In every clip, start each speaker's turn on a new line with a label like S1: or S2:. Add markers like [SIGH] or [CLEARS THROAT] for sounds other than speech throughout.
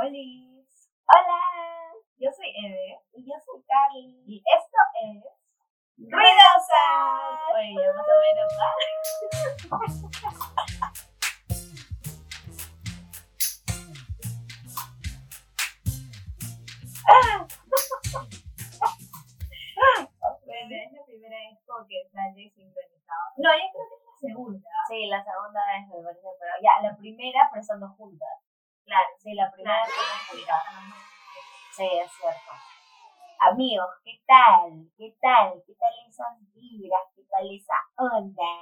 S1: Oli.
S2: Hola,
S1: Yo soy Eve.
S2: y yo soy Carly.
S1: Y esto es.
S2: ¡Ruidosas!
S1: Oye, ya más o menos. [LAUGHS] ¿va? Bueno, es la primera vez como que sale sincronizado. No, yo creo que es la segunda.
S2: Sí, la segunda vez me parece, pero ya, la primera pero estando juntas. Claro, sí, la primera
S1: Claro.
S2: estando juntas. Sí, es cierto. Amigos, ¿qué tal? ¿Qué tal? ¿Qué tal esas vibras? ¿Qué tal esa onda?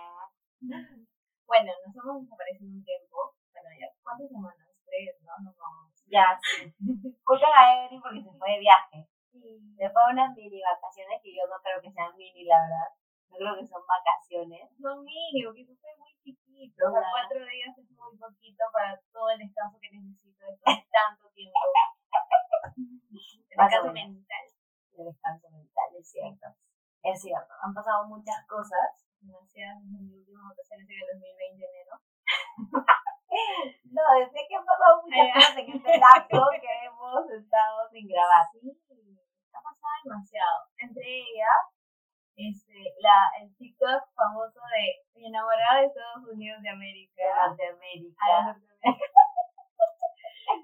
S1: [LAUGHS] Bueno, nos hemos desaparecido un tiempo. Bueno, ya, ¿cuántas semanas? Tres, ¿no? No vamos.
S2: Ya, sí.
S1: [LAUGHS]
S2: Culpen a Evelyn porque se fue de viaje.
S1: Sí.
S2: Se fue a unas mini vacaciones que yo no creo que sean mini, la verdad. No creo que son vacaciones.
S1: Son mínimo, que eso fue muy chiquito. O sea,
S2: Claro.
S1: cuatro días es muy poquito para todo el descanso que necesito después de tanto tiempo.
S2: Más o
S1: Descanso
S2: menos.
S1: mental.
S2: De descanso mental, es cierto. Es cierto. Han pasado muchas cosas.
S1: Demasiadas en mis últimas vacaciones en el 2020 enero.
S2: [LAUGHS] No, desde que han pasado muchas
S1: Ay,
S2: cosas en este lapso que hemos estado sin grabar.
S1: Sí, ha pasado demasiado. Entre ellas, este, la, el TikTok famoso de mi enamorada de Estados Unidos de
S2: De
S1: América. A la
S2: Norteamérica.
S1: norteamericana.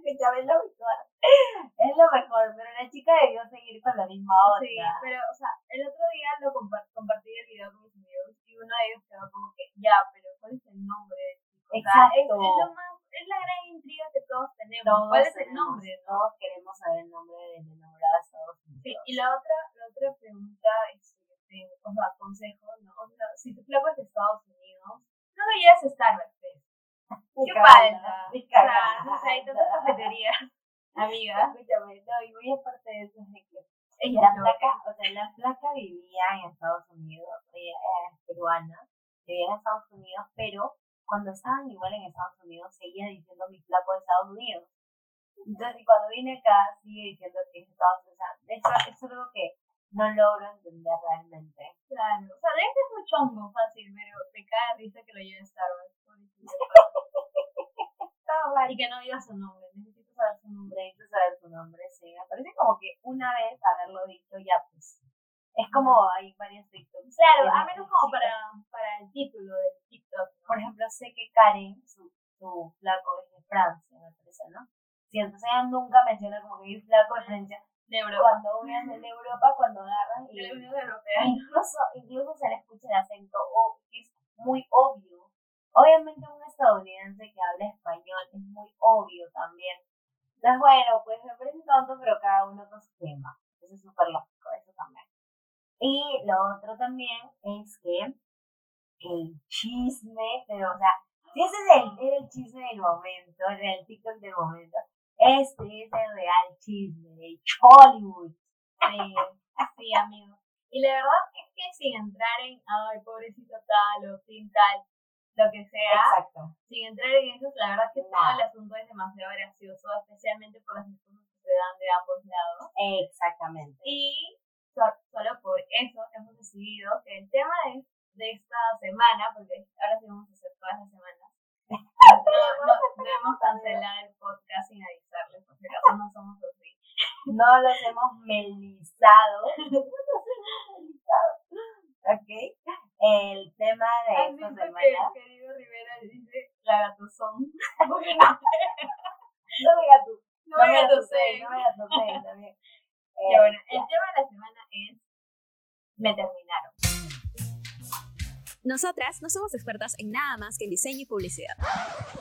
S2: Escúchame, [LAUGHS] es lo mejor. Es lo mejor, pero la chica debió seguir con la misma onda.
S1: Sí, pero, o sea, el otro día lo compa- compartí el video con mis amigos y uno de ellos quedó como que, ya, pero ¿cuál es el nombre del chico? O sea, es, es lo
S2: Exacto.
S1: más, es la gran intriga que todos tenemos.
S2: Todos
S1: ¿Cuál es el
S2: tenemos-
S1: nombre?
S2: Todos queremos saber el nombre del enamorado de Estados
S1: Sí,
S2: Unidos.
S1: y la otra, la otra pregunta es, este, o sea, consejo, ¿no? O sea, si tu flaco es de Estados Unidos, no lo llevas a Starbucks, pues.
S2: Mi
S1: ¿Qué
S2: cagada,
S1: falta?
S2: mi
S1: O sea,
S2: cagada.
S1: o sea, hay tantas
S2: [LAUGHS]
S1: cafeterías, amiga.
S2: Escúchame, no, y muy aparte de eso es de que
S1: Ella
S2: La
S1: no.
S2: flaca, o sea, la flaca vivía en Estados Unidos, ella era peruana, vivía en Estados Unidos, pero cuando estaban igual en Estados Unidos, seguía diciendo mi flaco de Estados Unidos. Entonces, y cuando vine acá, sigue diciendo que es Estados Unidos. O sea, eso, eso es algo que no logro entender realmente.
S1: Claro, o sea, debe ser muy chongo fácil, pero te cae de risa que lo lleve a Starbucks. pobrecito.
S2: Estaba mal.
S1: Y que no diga su nombre,
S2: Necesito
S1: necesito
S2: saber su nombre, necesito saber su nombre, sí. Me parece como que una vez haberlo dicho, ya pues. Es como hay varios TikToks. que
S1: Claro,
S2: tienen
S1: a menos como
S2: chicas.
S1: para, para el título del TikTok.
S2: por ejemplo, sé que Karen, su, su flaco es de Francia, me parece, ¿no? Sí, entonces ella nunca menciona como que mi flaco es Francia.
S1: De Europa.
S2: Cuando vean de Europa, cuando agarran y
S1: De la
S2: e
S1: Unión Europea.
S2: incluso, incluso se le escucha el acento, o que es muy obvio. Obviamente un estadounidense que habla español es muy obvio también. Entonces, bueno, pues me parece tonto, pero cada uno con su tema. Eso es súper lógico, eso también. Y lo otro también es que el chisme, pero o sea, si ese es el, era el chisme del momento, era el TikTok del momento, este es el real chisme de Hollywood.
S1: Sí, sí, amigo. Y la verdad es que sin entrar en, ay, pobrecito tal o sin tal, lo que sea,
S2: Exacto.
S1: sin entrar en eso, la verdad es que todo el asunto es demasiado gracioso, especialmente por las cosas que se dan de ambos lados.
S2: Exactamente.
S1: Y so- solo por eso hemos decidido que el tema de, de esta semana, porque ahora sí vamos a hacer todas las semanas, no, no, no hemos cancelado el podcast sin avisarles, porque acaso no somos así.
S2: No los hemos melizado. No los hemos melizado. Ok. El tema de esta
S1: ¿Has visto
S2: semana.
S1: que el querido Rivera dice la gatuzón?
S2: [LAUGHS]
S1: Porque no,
S2: No me gatusé,
S1: no me
S2: gatusé,
S1: gatusé.
S2: No me gatusé también. Eh,
S1: Ya bueno,
S2: ya.
S1: el tema de la semana es me terminaron.
S3: Nosotras no somos expertas en nada más que en diseño y publicidad.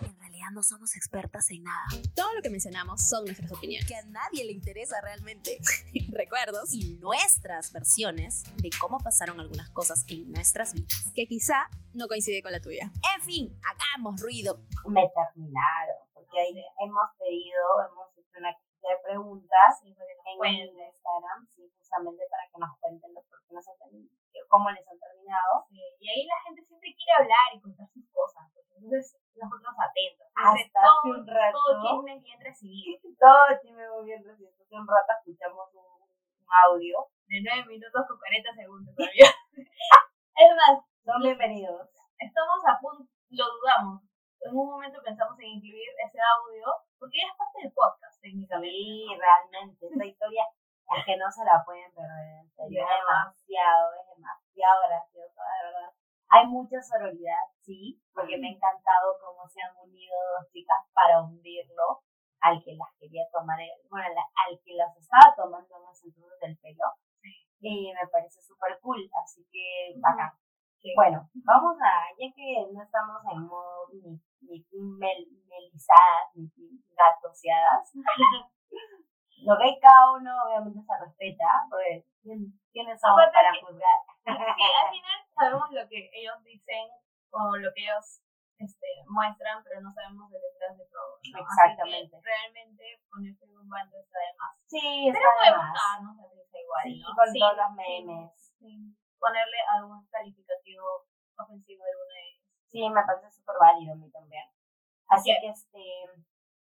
S3: En realidad no somos expertas en nada. Todo lo que mencionamos son nuestras opiniones.
S4: que a nadie le interesa realmente
S3: [LAUGHS] Recuerdos
S4: y nuestras versiones de cómo pasaron algunas cosas en nuestras vidas.
S3: que quizá no coincide con la tuya.
S4: En fin, hagamos ruido.
S2: me terminaron, porque ahí hemos pedido, hemos hecho una cajita de preguntas en
S1: cuenten.
S2: el Instagram, sí, justamente para que nos cuenten los por qué nos han terminado, cómo les han terminado.
S1: Sí, eh, Y ahí la gente siempre quiere hablar y contar sus cosas. pues, Entonces, nosotros atentos. Entonces,
S2: Hasta hace
S1: todo,
S2: un rato,
S1: todo chisme bien recibido.
S2: todo chisme muy bien recibido, hace un rato escuchamos un, un audio.
S1: De 9 minutos con 40 segundos
S2: [LAUGHS]
S1: todavía. es más,
S2: Son bienvenidos.
S1: estamos a punto, lo dudamos. En un momento pensamos en incluir ese audio, porque ya es parte del podcast. En técnicamente.
S2: Sí, realmente, esta historia es que no se la pueden perder, en serio,
S1: Ya.
S2: es demasiado, es demasiado graciosa, de verdad. Hay mucha sororidad, sí, porque me ha encantado cómo se han unido dos chicas para hundirlo al que las quería tomar, el- bueno, la- al que las estaba tomando en los entornos del pelo. Y me parece súper cool, así que bacán.
S1: Sí.
S2: Bueno, vamos a, ya que no estamos en modo ni, ni team mel- melizadas, ni team gatoseadas,
S1: [LAUGHS]
S2: lo que hay cada uno obviamente se respeta, porque ¿quién- ¿quiénes somos
S1: Aparte
S2: para
S1: que-
S2: juzgar?
S1: Sí, al final sabemos lo que ellos dicen o lo que ellos este, muestran, pero no sabemos el detrás de todo. ¿no? Así
S2: Exactamente.
S1: que realmente ponerse en un bando está de más.
S2: [LAUGHS] Sí, está
S1: Pero
S2: de
S1: podemos
S2: más.
S1: darnos la risa igual,
S2: Sí,
S1: ¿no?
S2: con
S1: Sin-
S2: todos los
S1: sin-
S2: memes.
S1: sin ponerle algún calificativo ofensivo a alguno de ellos.
S2: Sí, me parece súper válido a mí también. Así
S1: Bien.
S2: que, este,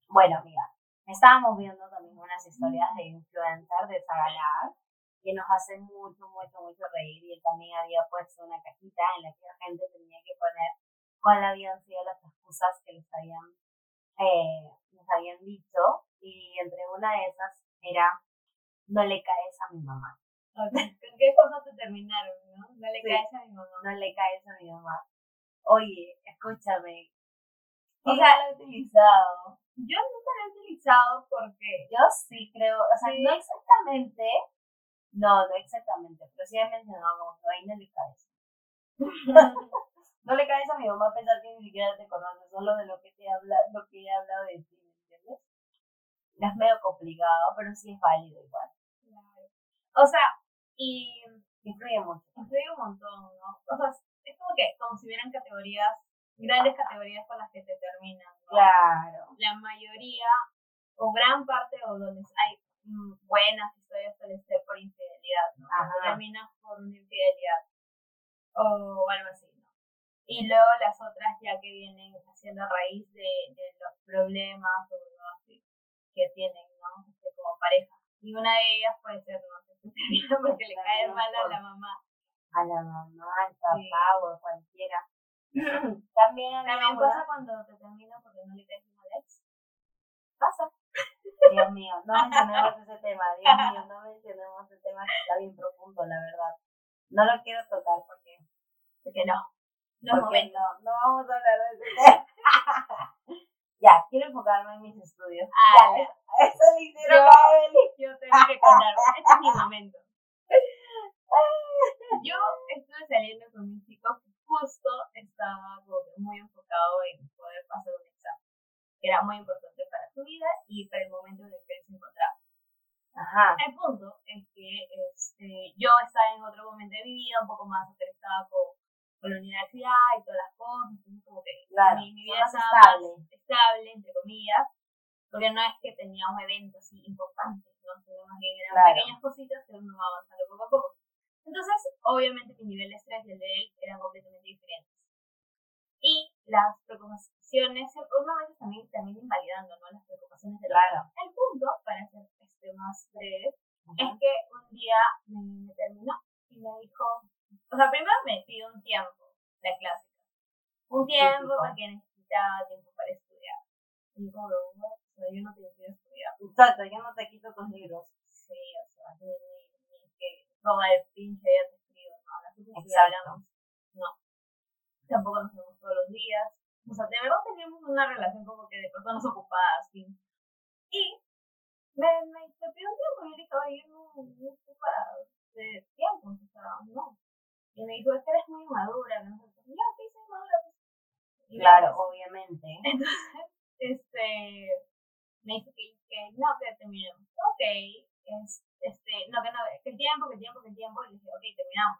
S2: bueno, amiga, estábamos viendo también unas historias de influencer de Zagalá que nos hacen mucho, mucho, mucho reír. Y él también había puesto una cajita en la que la gente tenía que poner cuál habían sido las excusas que les habían, eh, les habían dicho. Y entre una de esas era, no le caes a mi mamá. [LAUGHS]
S1: ¿Con qué cosas te terminaron, no? No le
S2: Sí.
S1: caes a mi mamá.
S2: no le caes a mi mamá. Oye, escúchame.
S1: O
S2: ¿Quién
S1: sea,
S2: lo ha utilizado?
S1: Yo nunca lo he utilizado porque
S2: Yo sí creo, o sea,
S1: Sí.
S2: no exactamente, no, no exactamente, pero sí he mencionado como que ahí no le
S1: [LAUGHS]
S2: caes. no le caes a mi mamá a pesar que ni siquiera te conoce, solo de lo que te habla, lo que he hablado de ti, ¿me entiendes? Ya Es medio complicado, pero sí es válido igual.
S1: O sea, y
S2: Influye mucho.
S1: influye un montón, ¿no? O sea, es como que, como si hubieran categorías, grandes categorías con las que te terminan, ¿no?
S2: Claro.
S1: La mayoría, o gran parte, o donde hay mm, buenas historias suele ser por infidelidad, ¿no?
S2: Ajá.
S1: Cuando terminas por una infidelidad, o algo así, ¿no? Y luego las otras ya que vienen haciendo a raíz de, de los problemas o ¿no? así que tienen, ¿no? Este, como pareja. Y una de ellas puede ser, no sé, que termina porque le cae mal a la mamá.
S2: A la mamá, al papá
S1: Sí.
S2: o a cualquiera. También, había
S1: También
S2: una-
S1: pasa cuando te terminan porque no le caes bien al ex.
S2: pasa. Dios mío, no mencionemos ese tema, Dios mío, no mencionemos ese tema que está bien profundo, la verdad. No lo quiero tocar porque,
S1: Porque no. No es
S2: porque
S1: momento.
S2: no, no vamos a hablar de ese tema. [LAUGHS] ya, quiero enfocarme en mis estudios. [LAUGHS]
S1: Ah,
S2: Ya, eso le hicieron
S1: Yo-
S2: a Evelyn.
S1: Yo tengo que contar. Este es mi momento. Yo estuve saliendo con un chico que justo estaba como que muy enfocado en poder pasar un examen. Que era muy importante para tu vida y para el momento en el que él se encontraba.
S2: [LAUGHS] Ajá,
S1: El punto es que este, yo estaba en otro momento de mi vida, un poco más estaba con, con la universidad y todas las cosas, entonces como que
S2: claro.
S1: mi, mi
S2: son
S1: vida
S2: más
S1: estaba
S2: estable.
S1: más estable, entre comillas, porque no es que tenía un evento así importante, ¿no? sino más bien eran
S2: Claro.
S1: pequeñas cositas que uno va avanzando poco a poco. Entonces, obviamente mi nivel de estrés y el de él eran completamente diferentes. Y las preocupaciones, una vez también, también invalidando ¿no? las preocupaciones del
S2: Claro.
S1: el punto, para ser este, más breve, es
S2: Ajá.
S1: que un día me, me terminó y me dijo, o sea, primero me pidió un tiempo, la clásica. Un tiempo
S2: Típico.
S1: porque necesitaba tiempo para estudiar. Y yo como, "Bueno, pero yo no te quiero estudiar.
S2: Exacto, yo no te quito tus libros.
S1: Sí, o sea, ni, ni, ni que todo el pinche día te escribo, no, las cosas que
S2: Exacto.
S1: hablamos, no. Tampoco nos vemos todos los días. O sea, de verdad teníamos una relación como que de personas ocupadas, sí. Y me, me, me pidió un tiempo y yo le dije, oye, yo no, no estoy para de tiempo, o sea, no. Y me dijo, es que eres muy madura, no sé, qué. Y yo sí soy madura. pues. Y me
S2: Claro,
S1: dijo, [LAUGHS]
S2: obviamente.
S1: entonces, este, me dijo que, que no, que terminemos. Ok, es- este, no, que no, que el tiempo, que el tiempo, que el tiempo. Y dije, ok, terminamos.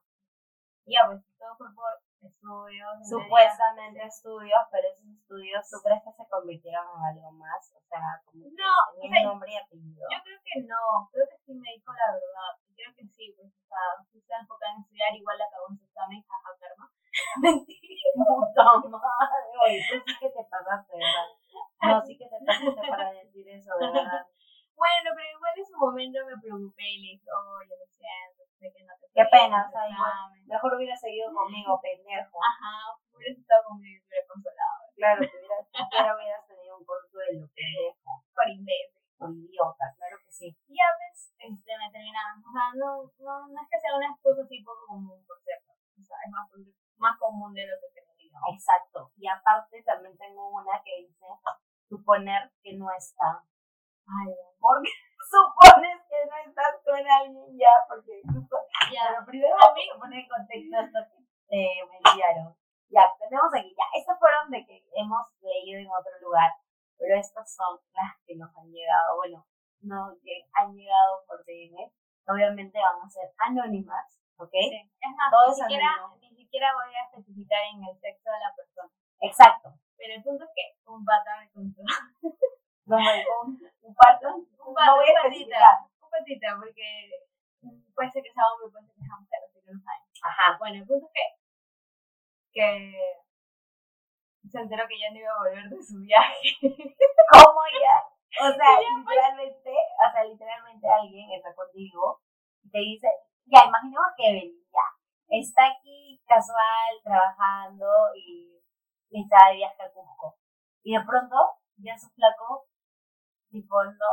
S1: Y ya, pues todo fue por estudios. entre
S2: Supuestamente estudios, pero esos estudios, ¿tú crees que se convirtieron en algo más? O sea, como que
S1: No, o
S2: tenía
S1: sea,
S2: un nombre y apellido.
S1: días. Yo creo que no, creo que sí me dijo la verdad. Creo que sí, pues, o sea, si está enfocada en estudiar, igual acabó en su examen, jaja, karma. [LAUGHS] Mentira.
S2: Puta madre, [LAUGHS] oye, tú sí que te pasaste, ¿verdad? No, sí que te pasaste para decir eso, de verdad.
S1: Bueno, pero igual en su momento me preocupé y le dije, oye, lo siento, sé que no te
S2: Qué
S1: fue
S2: pena, o
S1: bien
S2: sea,
S1: el
S2: igual-
S1: examen".
S2: Mejor hubiera seguido conmigo, pendejo.
S1: Ajá, hubiera estado conmigo y hubiera consolado.
S2: Claro, que hubiera, siquiera hubieras tenido un consuelo, pendejo.
S1: Por imbécil.
S2: por idiota, claro que sí.
S1: Y a veces este, me terminaban. O sea, no, no, no es que sea una excusa así poco común, por cierto. O sea, es más, más común de lo que creería.
S2: Exacto. Y aparte también tengo una que dice suponer que no está.
S1: Ay,
S2: Porque [LAUGHS] supones que no estás con alguien ya, porque
S1: ya.
S2: Pero primero
S1: A
S2: a
S1: mí-
S2: mí se pone en contexto esto que eh, me enviaron. Ya, tenemos aquí, ya, estas fueron de que hemos leído en otro lugar, pero estas son las que nos han llegado, bueno, no que han llegado por DM, obviamente van a ser anónimas, ¿ok?
S1: Sí. Es más,
S2: Todo
S1: ni
S2: es
S1: siquiera,
S2: anónimo.
S1: ni siquiera voy a especificar en el texto de la persona.
S2: Exacto,
S1: Pero el punto es que un pata me contó. [LAUGHS]
S2: como un, un pato,
S1: Un
S2: un
S1: pata,
S2: no voy
S1: un
S2: a especificar.
S1: patita. Un patita, porque puede ser que sea hombre, puede ser que sea mujer, así que no saben.
S2: Ajá,
S1: Bueno, el punto es que, que se enteró que yo no iba a volver de su viaje.
S2: ¿cómo ya? O sea,
S1: pues.
S2: literalmente, o sea, literalmente alguien está contigo y te dice, ya, imaginemos que Evelyn, ya, está aquí casual, trabajando y y está de viaje a Cusco. Y de pronto, ya su flaco, tipo, no,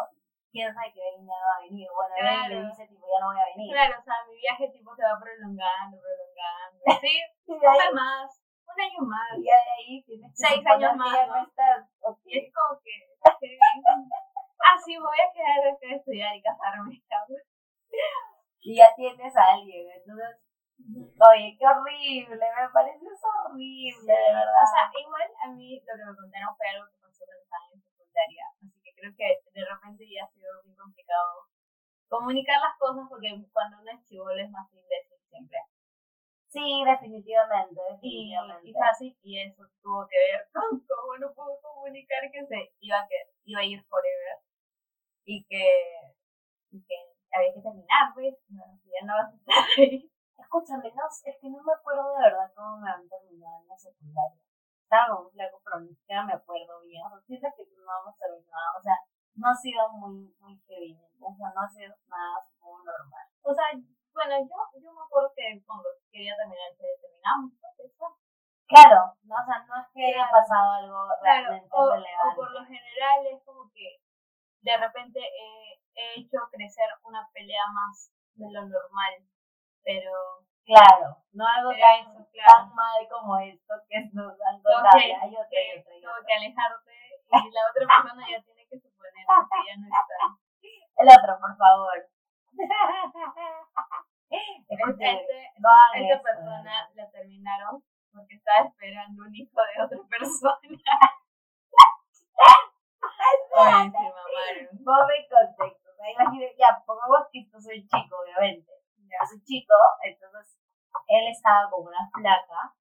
S2: piensa que Evelyn ya no va a venir. Bueno, Evelyn
S1: Claro.
S2: le dice, tipo, ya no voy a venir.
S1: [LAUGHS] Claro, o sea, mi viaje tipo se va prolongando, prolongando. Sí,
S2: Y de
S1: un
S2: ahí,
S1: mes más, un año más.
S2: y ya de ahí tienes que
S1: Seis
S2: suponer
S1: años
S2: que
S1: más,
S2: ya
S1: ¿no?
S2: no estás. ok.
S1: Y es como que, que- ah, sí, me voy a quedar acá a estudiar y casarme. cabrón.
S2: Y ya tienes a alguien. Entonces, Oye, qué horrible, me parece eso horrible, de verdad.
S1: O sea, igual a mí lo que me contaron fue algo que pasó cuando estaba en secundaria. Así que creo que de repente ya ha sido muy complicado comunicar las cosas porque cuando uno es chivolo es más imbécil siempre.
S2: sí, definitivamente,
S1: Y,
S2: definitivamente.
S1: y fácil, y eso tuvo que ver [LAUGHS] con cómo no pudo comunicar que se iba a, que- iba a ir forever y que, y que había que terminar, pues, no, si ya no vas a estar ahí.
S2: Escúchame, no, sé, es que no me acuerdo de verdad cómo me han terminado en la secundaria. Estaba con un flaco, pero ni siquiera me acuerdo bien. O sea, siento que no hemos terminado, o sea, no ha sido muy, muy heavy, o sea, no ha sido nada muy normal.
S1: O sea, bueno, yo, yo me acuerdo que cuando quería terminar, que terminamos, pues, eso.
S2: Claro, no, o sea, no es que haya
S1: Claro.
S2: pasado algo
S1: Claro,
S2: realmente
S1: o, o
S2: relevante.
S1: por lo general es como que de repente he, he hecho crecer una pelea más de lo normal, pero
S2: Claro, no algo
S1: Pero
S2: tan,
S1: eso, claro.
S2: tan mal como esto que nos han
S1: tengo
S2: contado.
S1: que,
S2: Hay otra, hay
S1: que-
S2: otra, hay
S1: tengo
S2: otra.
S1: que alejarte y la otra persona ya tiene que suponer que ya no está.
S2: El otro, por favor. [LAUGHS] Escúchame,
S1: [LAUGHS] Este-
S2: no hagan
S1: esta
S2: eso,
S1: persona la terminaron porque estaba esperando un hijo de otra persona. Ay, se mamaron.
S2: Ponme en contexto. O sea, imagínate, ya, pongamos que tú soy chico, obviamente.
S1: Ya.
S2: Yo soy chico, entonces él estaba con una flaca.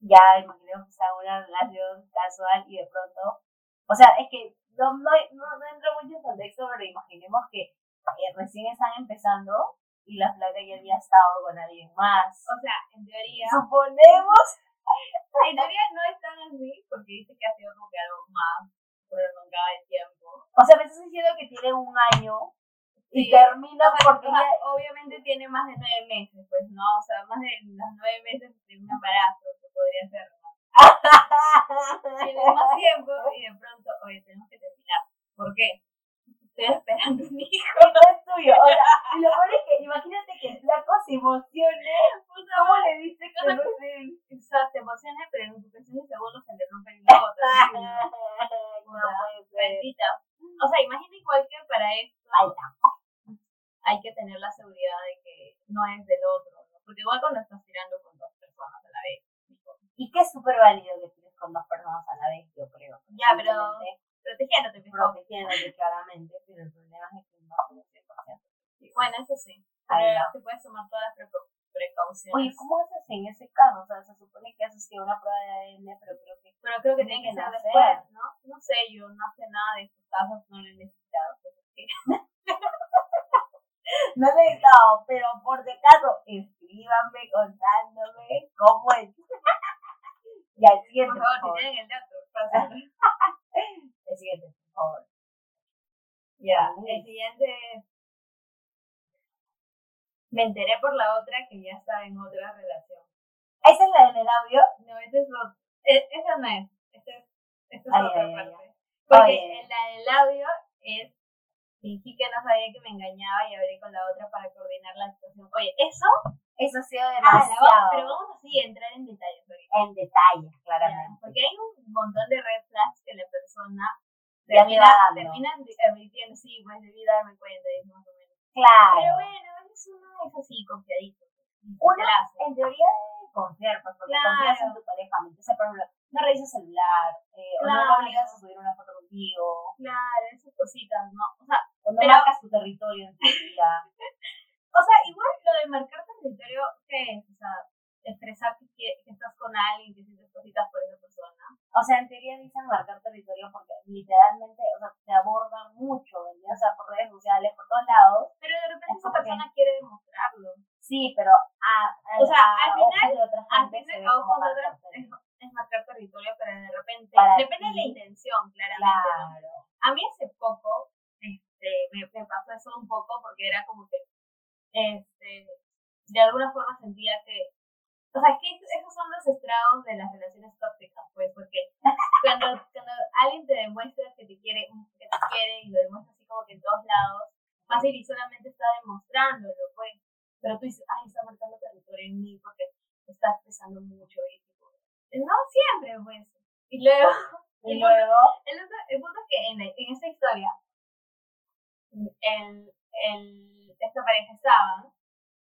S2: Ya, imaginemos que estaba en una relación casual y de pronto. O sea, es que no, no, no, no entro mucho en contexto, pero imaginemos que eh, recién están empezando y la flaca ya había estado con alguien más.
S1: O sea, en teoría,
S2: Suponemos.
S1: en teoría no es tan así porque dice que ha sido como que algo más prolongado el tiempo.
S2: O sea, me estás diciendo que tiene un año y
S1: Sí.
S2: termina
S1: O sea,
S2: porque
S1: o sea,
S2: ella. [LAUGHS]
S1: obviamente tiene más de nueve meses, pues no, o sea, más de los nueve meses de un embarazo que podría ser. Tiene más tiempo y de pronto, oye, tenemos que terminar. ¿Por qué? Estoy esperando un hijo.
S2: Y no es tuyo. O sea, y lo peor es que imagínate que el flaco se emocione. [LAUGHS] ¿Cómo le dice que no es él?
S1: O sea, te emociona, pero en cuestión de segundos se te rompe el globo. terrible.
S2: No puede ser.
S1: Bendita. O sea, imagina igual que para esto
S2: Ay,
S1: hay que tener la seguridad de que no es del otro, ¿no? Porque igual cuando estás tirando con dos personas a la vez. tipo,
S2: Y que es súper válido que tienes con dos personas a la vez, yo creo.
S1: Ya, pero-
S2: Simplemente
S1: Protegiéndote, pues,
S2: Protegiéndote claramente, pero el problema es que no conoces
S1: sí. Bueno, eso sí.
S2: Ahí
S1: Pero
S2: va.
S1: te puedes tomar todas las preco- precauciones.
S2: Oye, ¿cómo haces en ese caso? O sea, se supone que haces que una prueba de ADN, pero creo que [LAUGHS]
S1: Pero creo que
S2: Tiene
S1: tiene que
S2: que
S1: ser
S2: nacer.
S1: después, ¿no? No sé, yo no sé nada de estos casos, no lo he necesitado. pero sí.
S2: no he necesitado, pero por si acaso, escríbanme contándome cómo es. [LAUGHS] y al
S1: Por
S2: siguiente, por
S1: favor,
S2: favor.
S1: si tienen el dato, pásenlo.
S2: [LAUGHS] El siguiente, por favor.
S1: Ya, el siguiente es... Me enteré por la otra que ya estaba en otra relación.
S2: Esa es la del audio.
S1: No, esa es lo... e- Esa no es. Esta es, esta es
S2: Ay,
S1: otra
S2: ay, ay,
S1: parte. Porque
S2: Oye.
S1: en la del audio es fingí que no sabía que me engañaba y hablé con la otra para coordinar la actuación. Oye, eso,
S2: Eso ha sido
S1: ah,
S2: demasiado.
S1: la vamos- pero vamos así a entrar en detalles. porque-
S2: En detalle,
S1: Ya,
S2: claramente.
S1: Porque hay un montón de red flags que la persona
S2: Ya te va
S1: termina,
S2: dando.
S1: termina admitiendo, sí, pues debí darme cuenta, es más o menos. Pero
S2: Claro.
S1: bueno, es uno es así, confiadito.
S2: Uno,
S1: Plazo.
S2: en teoría debe confiar, pues, porque
S1: Claro.
S2: confías en tu pareja. ¿no? Entonces, por ejemplo, no revisas celular, eh, o no
S1: Claro.
S2: lo obligas a subir una foto contigo,
S1: Claro, esas cositas, ¿no? O sea,
S2: o no
S1: Pero-
S2: marcas tu territorio en tu vida.
S1: o sea igual lo de marcar territorio, que es? O sea, expresar que, quie- que estás con alguien, que sientes cositas por esa persona.
S2: O sea, en teoría dicen marcar territorio porque literalmente, o sea, te abordan mucho, ¿verdad? O sea, por redes sociales, por todos lados.
S1: Pero de repente
S2: Es
S1: esa
S2: como que-
S1: persona quiere demostrarlo.
S2: Sí, pero a, a-
S1: O sea,
S2: a
S1: al final-
S2: ojos de otra
S1: Al
S2: gente se
S1: final,
S2: ve
S1: a
S2: como
S1: ojos de
S2: marcar
S1: otra es,
S2: territorio.
S1: es marcar territorio, pero de repente,
S2: Para
S1: depende de
S2: ti.
S1: la intención, claramente. ¿no?
S2: Claro.
S1: A mí hace poco, este, me, me pasó eso un poco porque era como que, este, de alguna forma sentía que, o sea, es que es- esos son los estragos de las relaciones tóxicas, pues, porque [LAUGHS] cuando, cuando alguien te demuestra que te quiere, que te quiere y lo demuestra así como que en todos lados, fácil y solamente está demostrándolo, pues, pero tú dices, ay, está marcando territorio en mí porque está expresando mucho y tipo, no siempre, pues, y luego...
S2: Y
S1: y
S2: luego,
S1: El, otro- el punto es que en, en esta historia, el, el, esta pareja estaba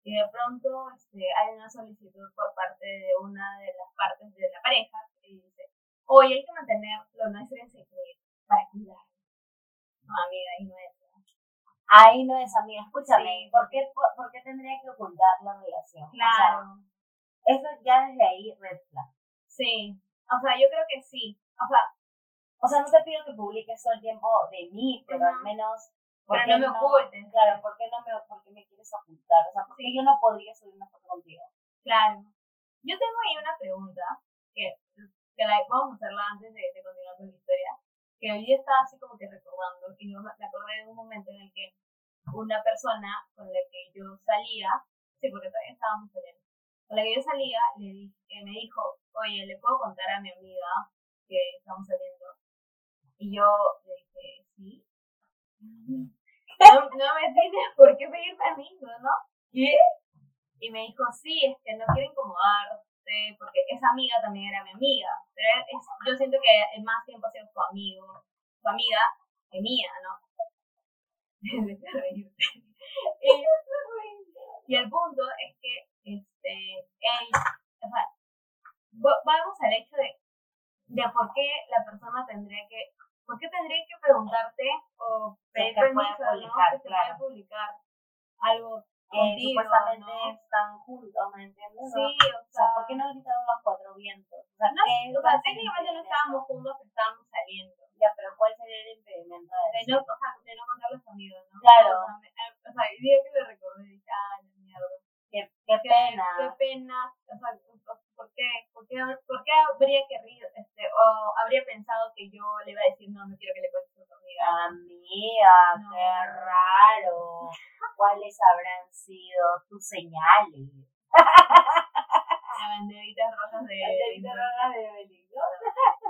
S1: y de pronto este, hay una solicitud por parte de una de las partes de la pareja y dice, oye, hay que mantener lo nuestro en secreto para cuidar. No, amiga, y no es.
S2: ahí no es amiga, escúchame,
S1: Sí.
S2: ¿por, qué, por, por qué tendría que ocultar la relación? O sea, eso ya desde ahí red flag.
S1: sí. O sea, yo creo que sí. O sea,
S2: O sea, no te pido que publiques todo el tiempo de mí, pero al
S1: Ujú.
S2: menos... ¿por
S1: pero
S2: qué
S1: no me oculten.
S2: Claro, ¿por qué no me, por qué me quieres ocultar? O sea, ¿por qué yo no podría subir una foto contigo? Eh,
S1: Claro. Yo tengo ahí una pregunta que, que la, vamos a hacerla antes de, de continuar con la historia. Que hoy día estaba así como que recordando y yo me me acordé de un momento en el que una persona con la que yo salía, sí, porque todavía estábamos saliendo, con la que yo salía, le di- eh, me dijo, oye, ¿le puedo contar a mi amiga que estamos saliendo? Y yo le dije, sí. [LAUGHS] No, no me tienes por qué pedir permiso, ¿no?
S2: ¿Qué?
S1: Y me dijo, sí, es que no quiero incomodarte, porque esa amiga también era mi amiga. Pero es- yo siento que el más tiempo ha sido tu amigo, tu amiga, que mía, ¿no? [LAUGHS] y, y el punto es que, este, él, o sea, vo- vamos al hecho de, de por qué la persona tendría que, por qué tendría que preguntarte o
S2: Que
S1: pedir
S2: se pueda
S1: permiso, ¿no?
S2: publicar,
S1: Que se
S2: claro.
S1: pueda publicar algo
S2: Que
S1: contigo,
S2: supuestamente
S1: ¿no?
S2: están juntos, ¿me entiendes?
S1: Sí, o
S2: O
S1: sea,
S2: sea, ¿por qué no gritaron los cuatro vientos? O sea,
S1: no-
S2: ¿qué
S1: o sea,
S2: es el
S1: técnicamente no
S2: impedimento?
S1: estábamos juntos, pero estábamos saliendo.
S2: Ya, pero ¿cuál sería el impedimento de
S1: De
S2: eso?
S1: no, o sea, de no contar los amigos, ¿no?
S2: Claro.
S1: O sea, me- a- o sea, el día que lo recordé, dije, ay, la mierda.
S2: Qué, qué
S1: Qué
S2: pena.
S1: Qué pena. O sea, ¿por qué? ¿Por qué, por qué habría querido, este, o habría pensado que yo le iba a decir, no, no quiero que le cuentes a tu amiga?
S2: Ah, Amiga,
S1: No.
S2: qué raro. ¿Cuáles habrán sido tus señales?
S1: La banderitas rojas Ah, de...
S2: de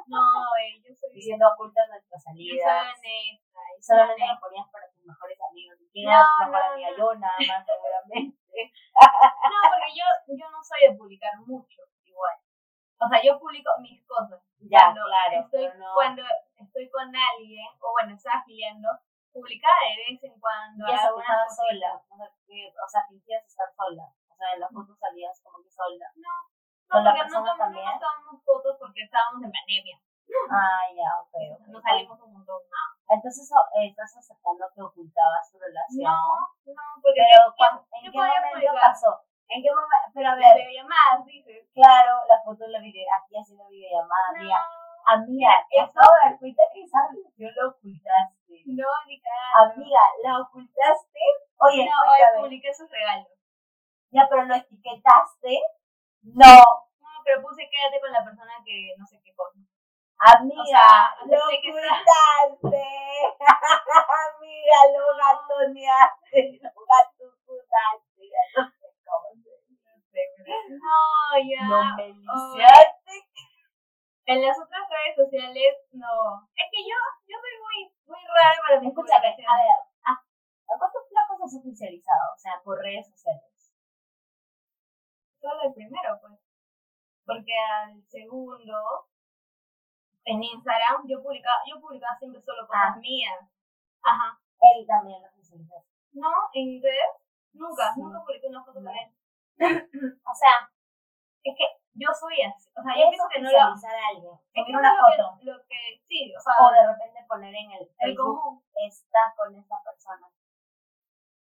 S1: No, eh, yo soy...
S2: Diciendo ocultas nuestras
S1: Yo soy honesta.
S2: salidas.
S1: yo soy
S2: Solamente
S1: honesta.
S2: lo ponías para tus mejores amigos. Y
S1: No,
S2: era tu mejor
S1: no,
S2: amiga
S1: no. [LAUGHS]
S2: Yona, más seguramente.
S1: No, porque yo, yo no soy de publicar mucho, igual. O sea, yo publico mis cosas.
S2: Ya,
S1: Cuando
S2: claro.
S1: Estoy,
S2: pero no.
S1: Cuando estoy con alguien, o bueno, estoy afiliando, publicaba de vez en cuando.
S2: ya
S1: algunas
S2: estaba
S1: cositas.
S2: sola. O sea, que- o sea, fingías estar sola. O sea,
S1: Mm.
S2: en las fotos salías como que sola.
S1: No,
S2: ¿Con la
S1: no, porque no,
S2: persona
S1: tomamos, no
S2: también?
S1: tomamos fotos porque estábamos en pandemia.
S2: Ah, ya, ok. ok.
S1: Nos salimos un montón más.
S2: Entonces, o- estás aceptando que ocultabas tu relación.
S1: No, no, porque
S2: Pero,
S1: yo,
S2: ¿cuán-
S1: yo,
S2: ¿en
S1: yo
S2: qué
S1: podía
S2: momento
S1: publicar
S2: pasó? ¿En qué momento? Pero a
S1: las
S2: ver,
S1: videollamadas, dices.
S2: claro, la foto de la video, aquí haciendo videollamada,
S1: No,
S2: mía. Amiga, te
S1: Eso-
S2: acabo de dar cuenta que esa relación la ocultaste.
S1: no, ni cagando.
S2: Amiga, ¿la ocultaste? Oye,
S1: No,
S2: escúchame,
S1: hoy publiqué sus regalos.
S2: ya, pero ¿lo etiquetaste? No,
S1: No, pero puse quédate con la persona que no sé qué cosa.
S2: amiga,
S1: O sea,
S2: lo
S1: sé que está-
S2: ocultaste. [LAUGHS] amiga, lo gatoneaste, lo gatuneaste. Ya no sé cómo se
S1: No, ya.
S2: No me
S1: Oh.
S2: lisiaste.
S1: En las otras redes sociales, no. Es que yo, yo soy muy, muy raro para mí.
S2: Escúchame, a ver, ah, la cosa, la cosa es oficializada, o sea, por redes sociales.
S1: Solo el primero, pues. Porque al segundo, en Instagram, yo publicaba, yo publicaba siempre solo
S2: Ah.
S1: cosas mías. Ajá.
S2: Él también lo oficializó.
S1: No, en redes, nunca,
S2: Sí.
S1: nunca publiqué una foto con él.
S2: [CLEARS THROAT] O sea,
S1: Es que yo soy así. O sea, Ah, yo
S2: es
S1: pienso que no lo.
S2: oficializar a alguien.
S1: Es que
S2: Subir una
S1: eso es
S2: foto.
S1: Lo que, lo que sí, o sea,
S2: O de repente poner en el
S1: el
S2: Facebook,
S1: común.
S2: estás con esta persona.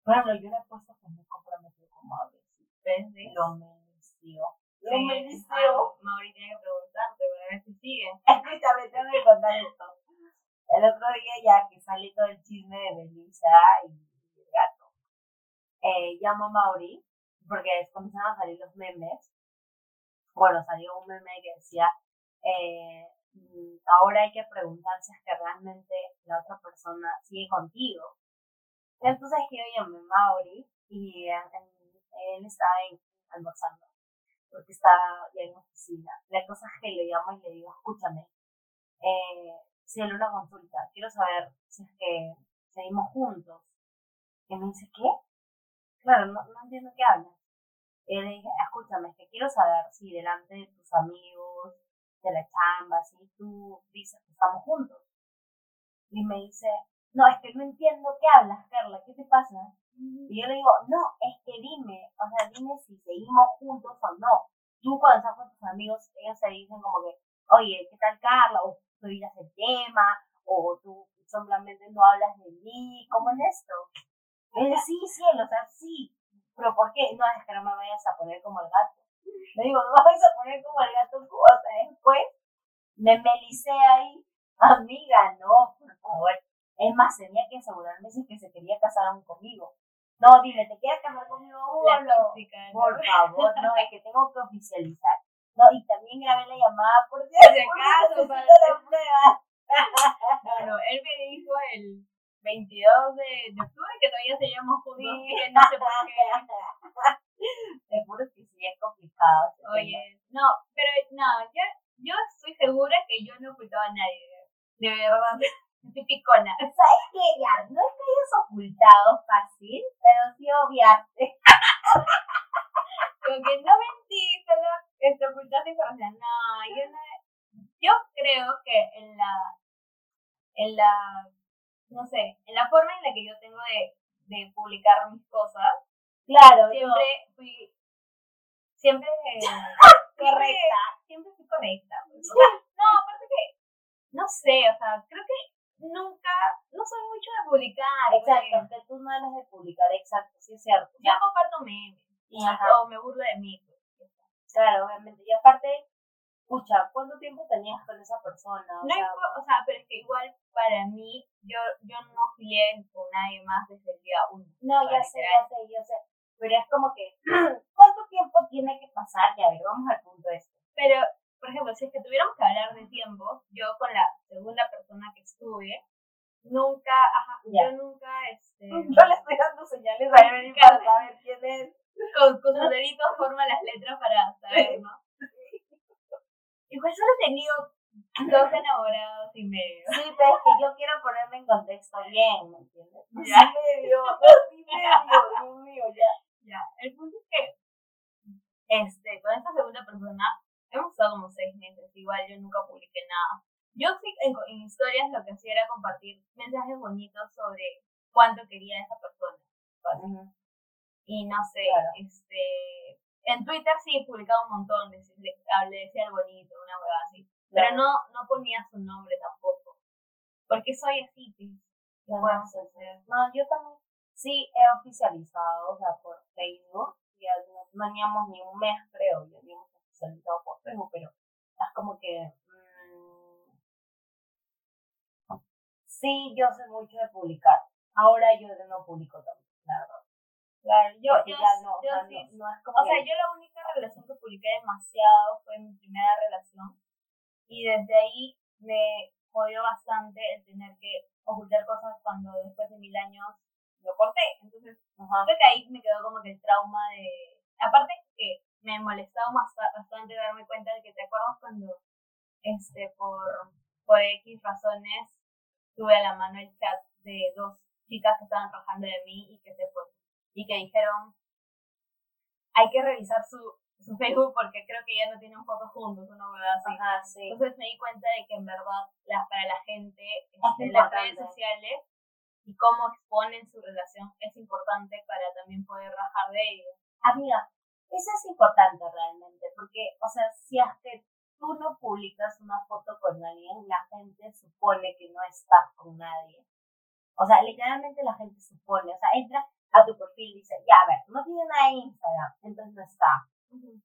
S2: Por ejemplo, yo le he puesto que me comprometí con Mauricio.
S1: ¿Ves?
S2: Lo mereció. Lo
S1: Sí,
S2: mereció.
S1: ah, Mauri tiene que preguntarte para ver si sigue.
S2: Escúchame, tengo que contar esto. El otro día ya que sale todo el chisme de Melissa y el gato, eh, llamo a Mauri, porque comenzaron a salir los memes. Bueno, salió un meme que decía, eh, mm, ahora hay que preguntar si es que realmente la otra persona sigue contigo. Entonces yo llamé a Mauri y eh, él estaba ahí almorzando porque estaba ya en la oficina. La cosa es que le llamo y le digo, escúchame, eh, cielo, una consulta, quiero saber si es que seguimos juntos. Y me dice, ¿qué? Claro, no, no entiendo qué hablas. Y le dije, escúchame, es que quiero saber si delante de tus amigos, de la chamba, si tú dices que estamos juntos. Y me dice, no, es que no entiendo qué hablas, Carla, ¿qué te pasa? Y yo le digo, no, es que dime, o sea, dime si seguimos juntos o no. Tú cuando estás con tus amigos, ellos te dicen como que, oye, ¿qué tal Carla? O tú evitas el tema, o tú solamente no hablas de mí, ¿cómo es esto? Y dice, sí, cielo, o sea, sí. Pero ¿por qué? No, es que no me vayas a poner como el gato. Le digo, no me vayas a poner como el gato, o sea, después pues". me melicé ahí. Amiga, no, por favor. Es más, tenía que asegurarme si es que se quería casar aún conmigo. No, dime, ¿te quieres casar conmigo?
S1: La
S2: Bolo?
S1: tóxica, ¿no?
S2: Por
S1: [LAUGHS]
S2: favor, no, es que tengo que oficializar. No, y también grabé la llamada por si
S1: Si
S2: acaso, necesito
S1: acaso, para-
S2: la
S1: [LAUGHS]
S2: prueba.
S1: No, no, él me dijo el 22 de, de octubre que todavía seguíamos juntos.
S2: Sí.
S1: Y [LAUGHS] que no sé por
S2: [LAUGHS]
S1: qué.
S2: Te juro que sí es complicado. este tema.
S1: Oye, no, pero no, yo, yo estoy segura que yo no ocultaba a nadie. De verdad, estoy picona.
S2: ¿Sabes qué? Ya, no es que hayas ocultado fácil, pero sí obviaste.
S1: Como que no mentí, solo este, ocultaste información. No, yo no. Yo creo que en la. En la. No sé, en la forma en la que yo tengo de, de publicar mis cosas,
S2: Claro, yo-
S1: siempre fui.
S2: [LAUGHS]
S1: Siempre. eh,
S2: correcta.
S1: Siempre fui correcta. pues. O sea, no, aparte que. No sé, o sea, creo que nunca. No soy mucho de publicar. porque
S2: Exacto, que tú no eres de publicar, exacto, sí es cierto.
S1: Yo comparto memes.
S2: Y, ajá.
S1: O me burlo de mí. pues.
S2: Claro, obviamente. Y aparte, escucha, ¿cuánto tiempo tenías con esa persona? O
S1: No
S2: sea,
S1: impo- o sea, pero es que igual para mí, yo, yo no filié con nadie más desde el día uno.
S2: no, ya
S1: para
S2: sé,
S1: crear.
S2: ya sé, ya sé. Pero es como que, [CLEARS THROAT] ¿cuánto tiempo tiene que pasar? Ya, a ver, vamos al punto este.
S1: Pero, por ejemplo, si es que tuviéramos que hablar de tiempo, yo con la segunda persona que estuve, nunca, ajá,
S2: Ya.
S1: yo nunca,
S2: [LAUGHS]
S1: este,
S2: le estoy dando señales a Evelyn para saber quién es.
S1: [LAUGHS] con, con sus deditos forma las letras para
S2: [LAUGHS]
S1: saber, ¿no? Igual solo he tenido dos enamorados y medio.
S2: Sí, pero es que yo quiero ponerme en contexto bien, ¿me entiendes?
S1: Ya.
S2: Sí, medio, sí, medio, Dios mío, ya.
S1: Ya, el punto es que, este, con esta segunda persona, hemos estado como seis meses, igual yo nunca publiqué nada. Yo sí, en, en historias lo que hacía era compartir mensajes bonitos sobre cuánto quería a esa persona. Y no sé,
S2: Claro.
S1: este, en Twitter sí publicaba un montón, de, le, le decía algo bonito, una hueva así. Pero
S2: Claro.
S1: no, no ponía su nombre tampoco. Porque soy así, pues.
S2: Ya
S1: Bueno,
S2: no sé, pues. No, yo también sí he oficializado, o sea, por Facebook. Ya no teníamos ni un mes, creo, ya habíamos oficializado por Facebook, pero es como que. mm, sí, yo soy mucho de publicar. Ahora yo no publico tanto, la verdad.
S1: Claro, yo,
S2: Porque
S1: yo,
S2: ya no, o
S1: yo
S2: sea,
S1: sí,
S2: no, no es como.
S1: O
S2: que-
S1: sea, yo la única relación que publiqué demasiado fue mi primera relación. Y desde ahí me jodió bastante el tener que ocultar cosas cuando después de mil años lo corté. Entonces,
S2: Ajá.
S1: creo que ahí me quedó como que el trauma de. Aparte, que me molestaba mas- bastante darme cuenta de que te acuerdas cuando, este, por, por X razones, tuve a la mano el chat de dos chicas que estaban rajando de mí y que se fue, y que dijeron, hay que revisar su, su Facebook porque creo que ya no tienen fotos juntos, una verdad así.
S2: Ajá, sí.
S1: Entonces me di cuenta de que en verdad la- para la gente este, las
S2: importante.
S1: redes sociales y cómo exponen su relación es importante para también poder rajar de ella.
S2: Amiga, eso es importante realmente, porque, o sea, si hasta tú no publicas una foto con alguien, la gente supone que no estás con nadie. O sea, literalmente la gente supone, o sea, entra a tu perfil y dice, ya, a ver, no tiene nada en Instagram, entonces no está.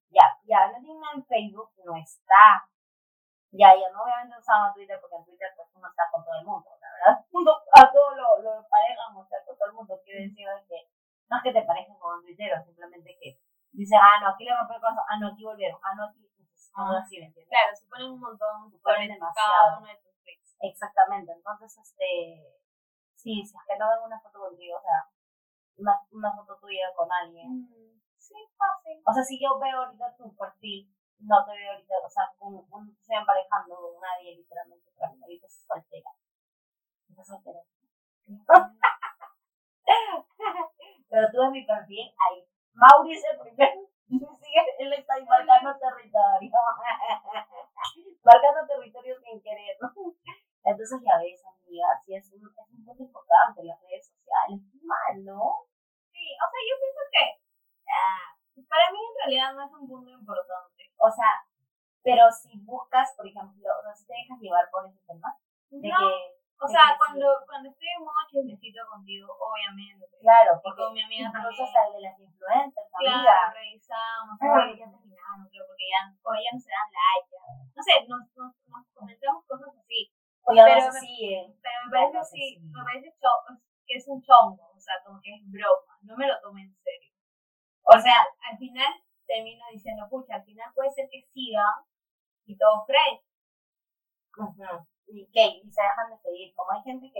S2: Ya, ya, no tiene nada en Facebook, no está. Ya, ya, no obviamente usamos Twitter porque en Twitter pues uno está con todo el mundo, la verdad. [LAUGHS] Uno a todo lo, lo pareja, o sea, con todo el mundo, quiero decir de que no es que te parezcan con un tuitero, simplemente que dicen, ah, no, aquí le rompió el corazón, ah, no, aquí volvieron, ah, no, aquí, entonces, no,
S1: Ah.
S2: así, ¿me entiendes?
S1: Claro, suponen un montón,
S2: Suponen
S1: sobre
S2: demasiado.
S1: cada uno de tus tweets.
S2: Exactamente, entonces, este, sí, si es que no ven una foto contigo, o sea, una, una foto tuya con alguien,
S1: Sí, fácil.
S2: o sea, si yo veo ahorita tu perfil, no te veo ahorita, o sea, un, un, estoy emparejando con nadie, literalmente, pero ahorita es soltera, estás soltera. [LAUGHS] pero tú ves mi perfil, ahí, Mauri es el primero, [LAUGHS] sigue, él está ahí marcando territorio, [LAUGHS] marcando territorio sin querer, [LAUGHS] entonces ya ves, amiga, sí es un, es un punto importante, las redes sociales, qué mal, ¿no?
S1: [LAUGHS] Sí, o sea, yo pienso que ah, para mí en realidad no es un punto importante.
S2: O sea, pero si buscas, por ejemplo, o sea, si te dejas llevar por ese tema, de
S1: No,
S2: que,
S1: o
S2: de
S1: sea,
S2: que
S1: cuando, cuando estoy en modo chismecito contigo, obviamente.
S2: claro,
S1: Y
S2: porque
S1: con mi amiga
S2: incluso hasta
S1: también.
S2: el de las influencers,
S1: Claro,
S2: amiga.
S1: revisamos,
S2: Ah.
S1: oye, ya terminaron, creo, porque ya, o ya no se dan like, ya. no sé, nos, nos, nos comentamos cosas así,
S2: O ya
S1: pero
S2: no
S1: me-
S2: se siguen.
S1: pero
S2: Ya
S1: me parece
S2: no se
S1: así,
S2: siguen.
S1: me parece cho- que es un chongo, o sea, como que es broma, no me lo tomen en serio.
S2: O sea,
S1: Al final termino diciendo, pucha, al final puede ser que sigan y todo fresh,
S2: ujú, y que y se dejan de seguir. Como hay gente que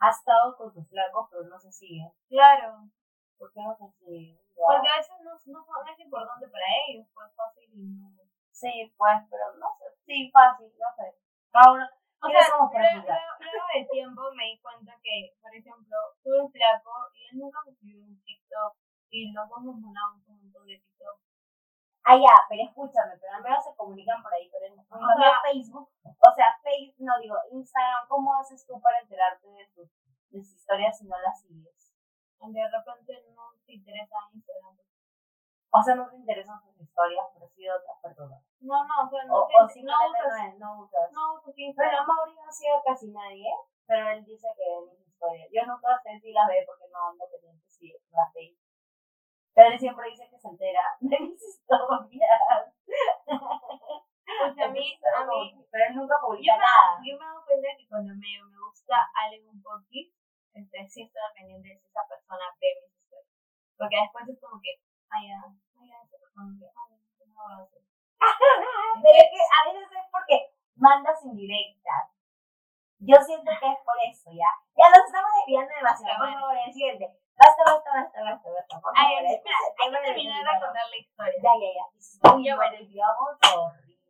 S2: ha estado con sus flacos, pero no se siguen.
S1: claro,
S2: ¿Por qué no se siguen? Ya.
S1: porque a veces no, no, no es importante para ellos, pues fácil y no.
S2: Sí, pues, pero no sé. Sí, fácil, no sé. Cada uno.
S1: O
S2: ¿Quiénes
S1: sea,
S2: somos para
S1: luego,
S2: juzgar?
S1: luego- luego de tiempo me di cuenta que, por ejemplo, tuve un flaco y él nunca me subió un TikTok y nos hemos mandado un montón de TikTok.
S2: Ah, ya, pero escúchame, pero al menos se comunican por ahí, pero en, en cambio
S1: sea-
S2: Facebook, o sea, Facebook, no digo, Instagram, ¿cómo haces tú para enterarte de tus, de sus historias si no las sigues?
S1: Aunque de repente no te interesa Instagram.
S2: O sea, no te interesan sus historias, pero sí de otras personas.
S1: No, no, o sea, no,
S2: O,
S1: te-
S2: o
S1: no
S2: simplemente no,
S1: usas,
S2: es- no usas.
S1: no usas Instagram.
S2: Bueno, Mauri no sigue a casi nadie, pero él dice que ve mis historias. Yo nunca sé si las ve porque no ando pendiente si las ve. Pero él siempre dice que se entera de mis [LAUGHS] historias.
S1: Pues a mí, a mí,
S2: pero él nunca
S1: yo
S2: publica nada.
S1: me, yo me doy cuenta que cuando medio me gusta algo un poquito, este, sí estoy pendiente de si esa persona ve mis historias. Porque después es como que, ay, ya, ay, ya, esa persona, ay, no lo hace. Ah,
S2: Pero es que a veces es porque mandas indirectas. Yo siento que es por eso, ya. Ya nos estamos desviando demasiado. Por favor, el siguiente. Basta, basta, basta, basta, basta. Por
S1: Ay,
S2: favor,
S1: espera,
S2: el
S1: hay
S2: tema
S1: que
S2: del
S1: terminar de
S2: dinero.
S1: contar la historia.
S2: Ya, ya, ya. Uy,
S1: Ya,
S2: nos
S1: bueno.
S2: desviamos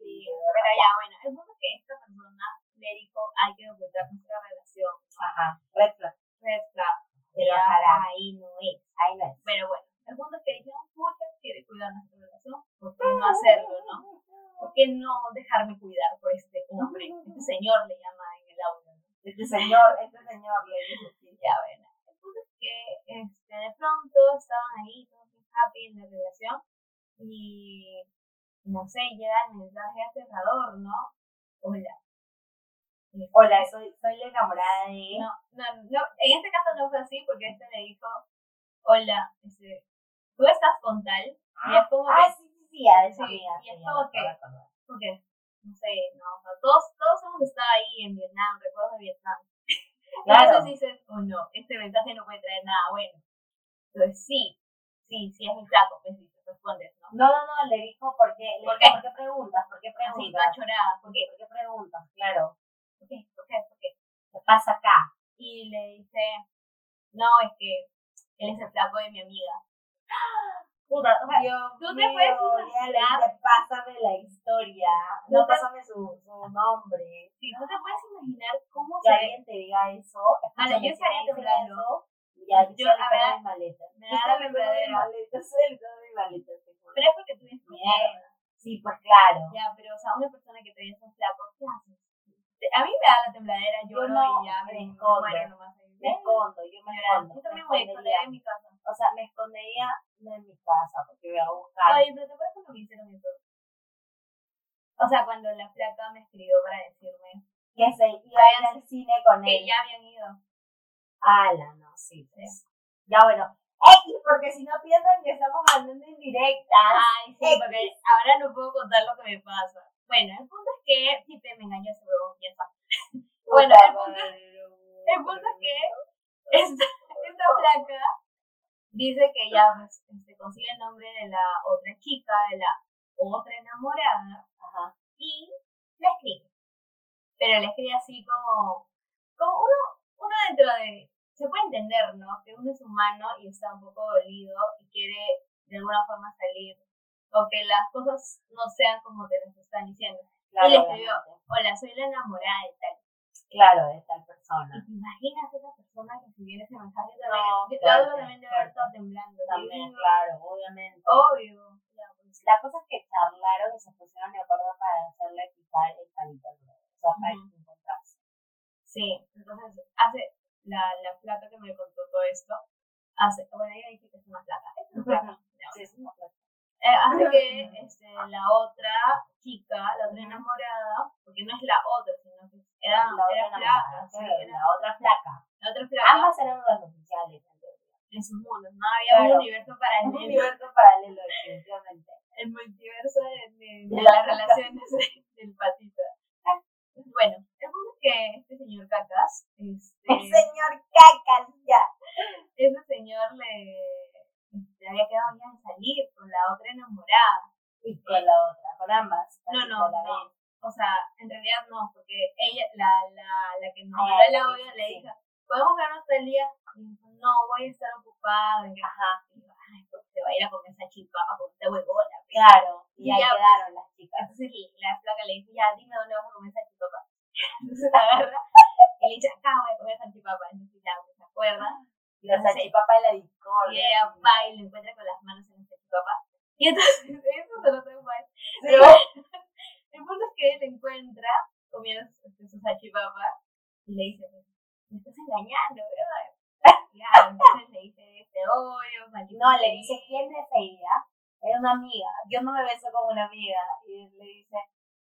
S1: Sí,
S2: horrible.
S1: pero ya, bueno, el punto es que esta persona le dijo, hay que ocultar nuestra relación.
S2: Ajá, red flag.
S1: Red flag.
S2: Pero
S1: Ya,
S2: ojalá.
S1: Ahí no eh". es.
S2: Ahí no es.
S1: Pero bueno, el punto es que dijeron, pucha, quiere cuidar nuestra relación, ¿por qué no hacerlo, no? ¿Por qué no dejarme cuidar por este hombre? Este señor le llama en el audio. ¿no?
S2: Este señor, este señor le dice sí.
S1: Ya, bueno. El punto es que este, de pronto estaban ahí, todos muy happy en la relación, y no sé, llega el mensaje aterrador, ¿no? Hola. Este,
S2: Hola, soy, soy la enamorada de. Ah,
S1: No, no, no, en este caso no fue así porque este le dijo, hola, este, tú estás con tal, y es como
S2: Ah,
S1: que,
S2: sí, sí, sí, ya, de esa
S1: Sí,
S2: amiga.
S1: y es
S2: sí, ya
S1: como
S2: me
S1: que-
S2: acabo de acordar.
S1: como que, no sé, no, o sea, todos, todos hemos estado ahí en Vietnam, recuerdos de Vietnam.
S2: Claro.
S1: Entonces dices, oh no, este mensaje no puede traer nada bueno. Entonces sí, sí, sí es mi flaco, pues sí, respondes, ¿no?
S2: No, no, no, le dijo por qué, le
S1: ¿Por
S2: ¿Por,
S1: qué? Ah,
S2: dijo, ¿por qué preguntas? ¿Por qué
S1: Así,
S2: preguntas?
S1: toda chorada, ¿por
S2: ¿Por
S1: qué?
S2: qué? ¿Por qué preguntas? Claro.
S1: ¿Por qué? ¿Por qué? ¿Por qué?
S2: ¿Qué pasa acá?
S1: Y le dice, no, es que él es el flaco de mi amiga. ¡Ah! Puta, o sea,
S2: Dios
S1: tú te puedes
S2: mío,
S1: imaginar-
S2: ya le dice, pásame la historia,
S1: Tú
S2: no
S1: te-
S2: pásame su, su nombre.
S1: si tú te puedes imaginar cómo
S2: Que
S1: se
S2: alguien te diga eso,
S1: Vale, yo
S2: escúchame,
S1: estaría
S2: si alguien te
S1: temblando.
S2: diga eso, Ya, yo
S1: Yo,
S2: salgo
S1: a
S2: con
S1: ver,
S2: mis maletas.
S1: me da
S2: Yo
S1: la
S2: salgo con mis
S1: verdadera.
S2: maletas, salgo con mis maletas, te juro.
S1: Pero es porque tú eres
S2: Mierda. Sí, pues claro.
S1: Ya, pero o sea, una persona que te dice esos flacos, ¿qué haces? Te- A mí me da la tembladera, lloro
S2: no,
S1: y ya
S2: me
S1: me
S2: escondo.
S1: muero nomás. ahí.
S2: Me escondo, yo me
S1: Llorar.
S2: escondo.
S1: Yo
S2: me
S1: también me voy a esconder
S2: escondería.
S1: en mi casa.
S2: O sea, me escondería no en mi casa porque voy a buscar.
S1: Oye, pero te acuerdas cuando me hicieron eso. O sea, cuando la flaca me escribió para decirme
S2: que se iba a ir al cine con
S1: que
S2: él.
S1: ya habían ido.
S2: Ala, no, sí. pues. Ya bueno. X, porque si no piensan que estamos hablando en directa.
S1: Ay, sí, porque ahora no puedo contar lo que me pasa. Bueno, el punto es que si te me engañó ese huevón, ya está. bueno, el punto- El punto es que esta, esta flaca dice que ya pues, se consigue el nombre de la otra chica, de la otra enamorada,
S2: Ajá.
S1: y le escribe. Pero le escribe así como, como uno, uno dentro de, se puede entender, ¿no? Que uno es humano y está un poco dolido y quiere de alguna forma salir, o que las cosas no sean como te las están diciendo.
S2: Claro,
S1: y le escribió,
S2: obviamente.
S1: hola, soy la enamorada de tal.
S2: Claro, de tal persona.
S1: ¿Y te imaginas esa persona que si viene ese mensaje
S2: No, claro,
S1: también? claro, también debe haber estado temblando.
S2: También,
S1: Sí,
S2: claro, obviamente.
S1: Obvio. Ya, pues,
S2: La cosa es que charlaron y se pusieron de acuerdo para hacerle quitar el palito al dedo. O sea, para
S1: Ujú.
S2: encontrarse.
S1: Sí, entonces hace la, la plata que me contó todo esto. Hace, bueno, ella dice que es una plata. Es una plata. ya. pues.
S2: Sí, sí, no, claro.
S1: Eh, hace que este, la otra chica, la otra enamorada, porque no es la otra, sino que era,
S2: La otra
S1: Ah, era
S2: enamorada,
S1: flaca, sí,
S2: claro,
S1: era
S2: la otra Ah. flaca.
S1: la otra flaca
S2: Ambas eran los
S1: [LAUGHS]
S2: oficiales. en teoría.
S1: en sus mundos, no había
S2: Claro.
S1: un universo para
S2: Un
S1: el,
S2: universo paralelo, definitivamente.
S1: el multiverso de, de- de
S2: De la
S1: las
S2: flaca.
S1: relaciones de- del patita. Bueno, el punto es que este señor Cacas, este,
S2: El [LAUGHS] señor Caca, ya.
S1: ese señor le, le había quedado ya en salir con la otra enamorada.
S2: Y con la otra, con ambas.
S1: No,
S2: así
S1: no,
S2: con la
S1: no.
S2: vez.
S1: O sea, en realidad no, porque ella, la, la, la que nos
S2: Ah,
S1: habló el
S2: la que
S1: audio,
S2: dice,
S1: le
S2: sí.
S1: dijo, ¿podemos vernos hasta el día? Y dijo, no, voy a estar ocupada. Y yo,
S2: Ajá,
S1: ay, pues te va a ir a comer esa chipa, con esta huevona. pe".
S2: claro. Y
S1: Y
S2: ahí
S1: ya, pues.
S2: quedaron las chicas.
S1: Entonces la flaca le dice, ya, dime dónde vas a comer salchipapa. [LAUGHS] Entonces la agarra y le dice, acá voy a comer salchipapa. Entonces ya, pues, se acuerda.
S2: Y la
S1: No sé.
S2: salchipapa de la discordia.
S1: Y ella
S2: así.
S1: va y lo encuentra con las manos en el salchipapa. Y entonces, [LAUGHS] eso se lo tengo mal.
S2: Sí.
S1: Pero bueno, [LAUGHS] el punto es que él encuentra comiendo su, su salchipapa y le dice, me estás engañando, bro. [LAUGHS] Ya, entonces le dice, te odio, maldito
S2: No, le
S1: infeliz".
S2: dice, ¿quién es ella? Es una amiga. Yo no me beso con una amiga. Y él le dice,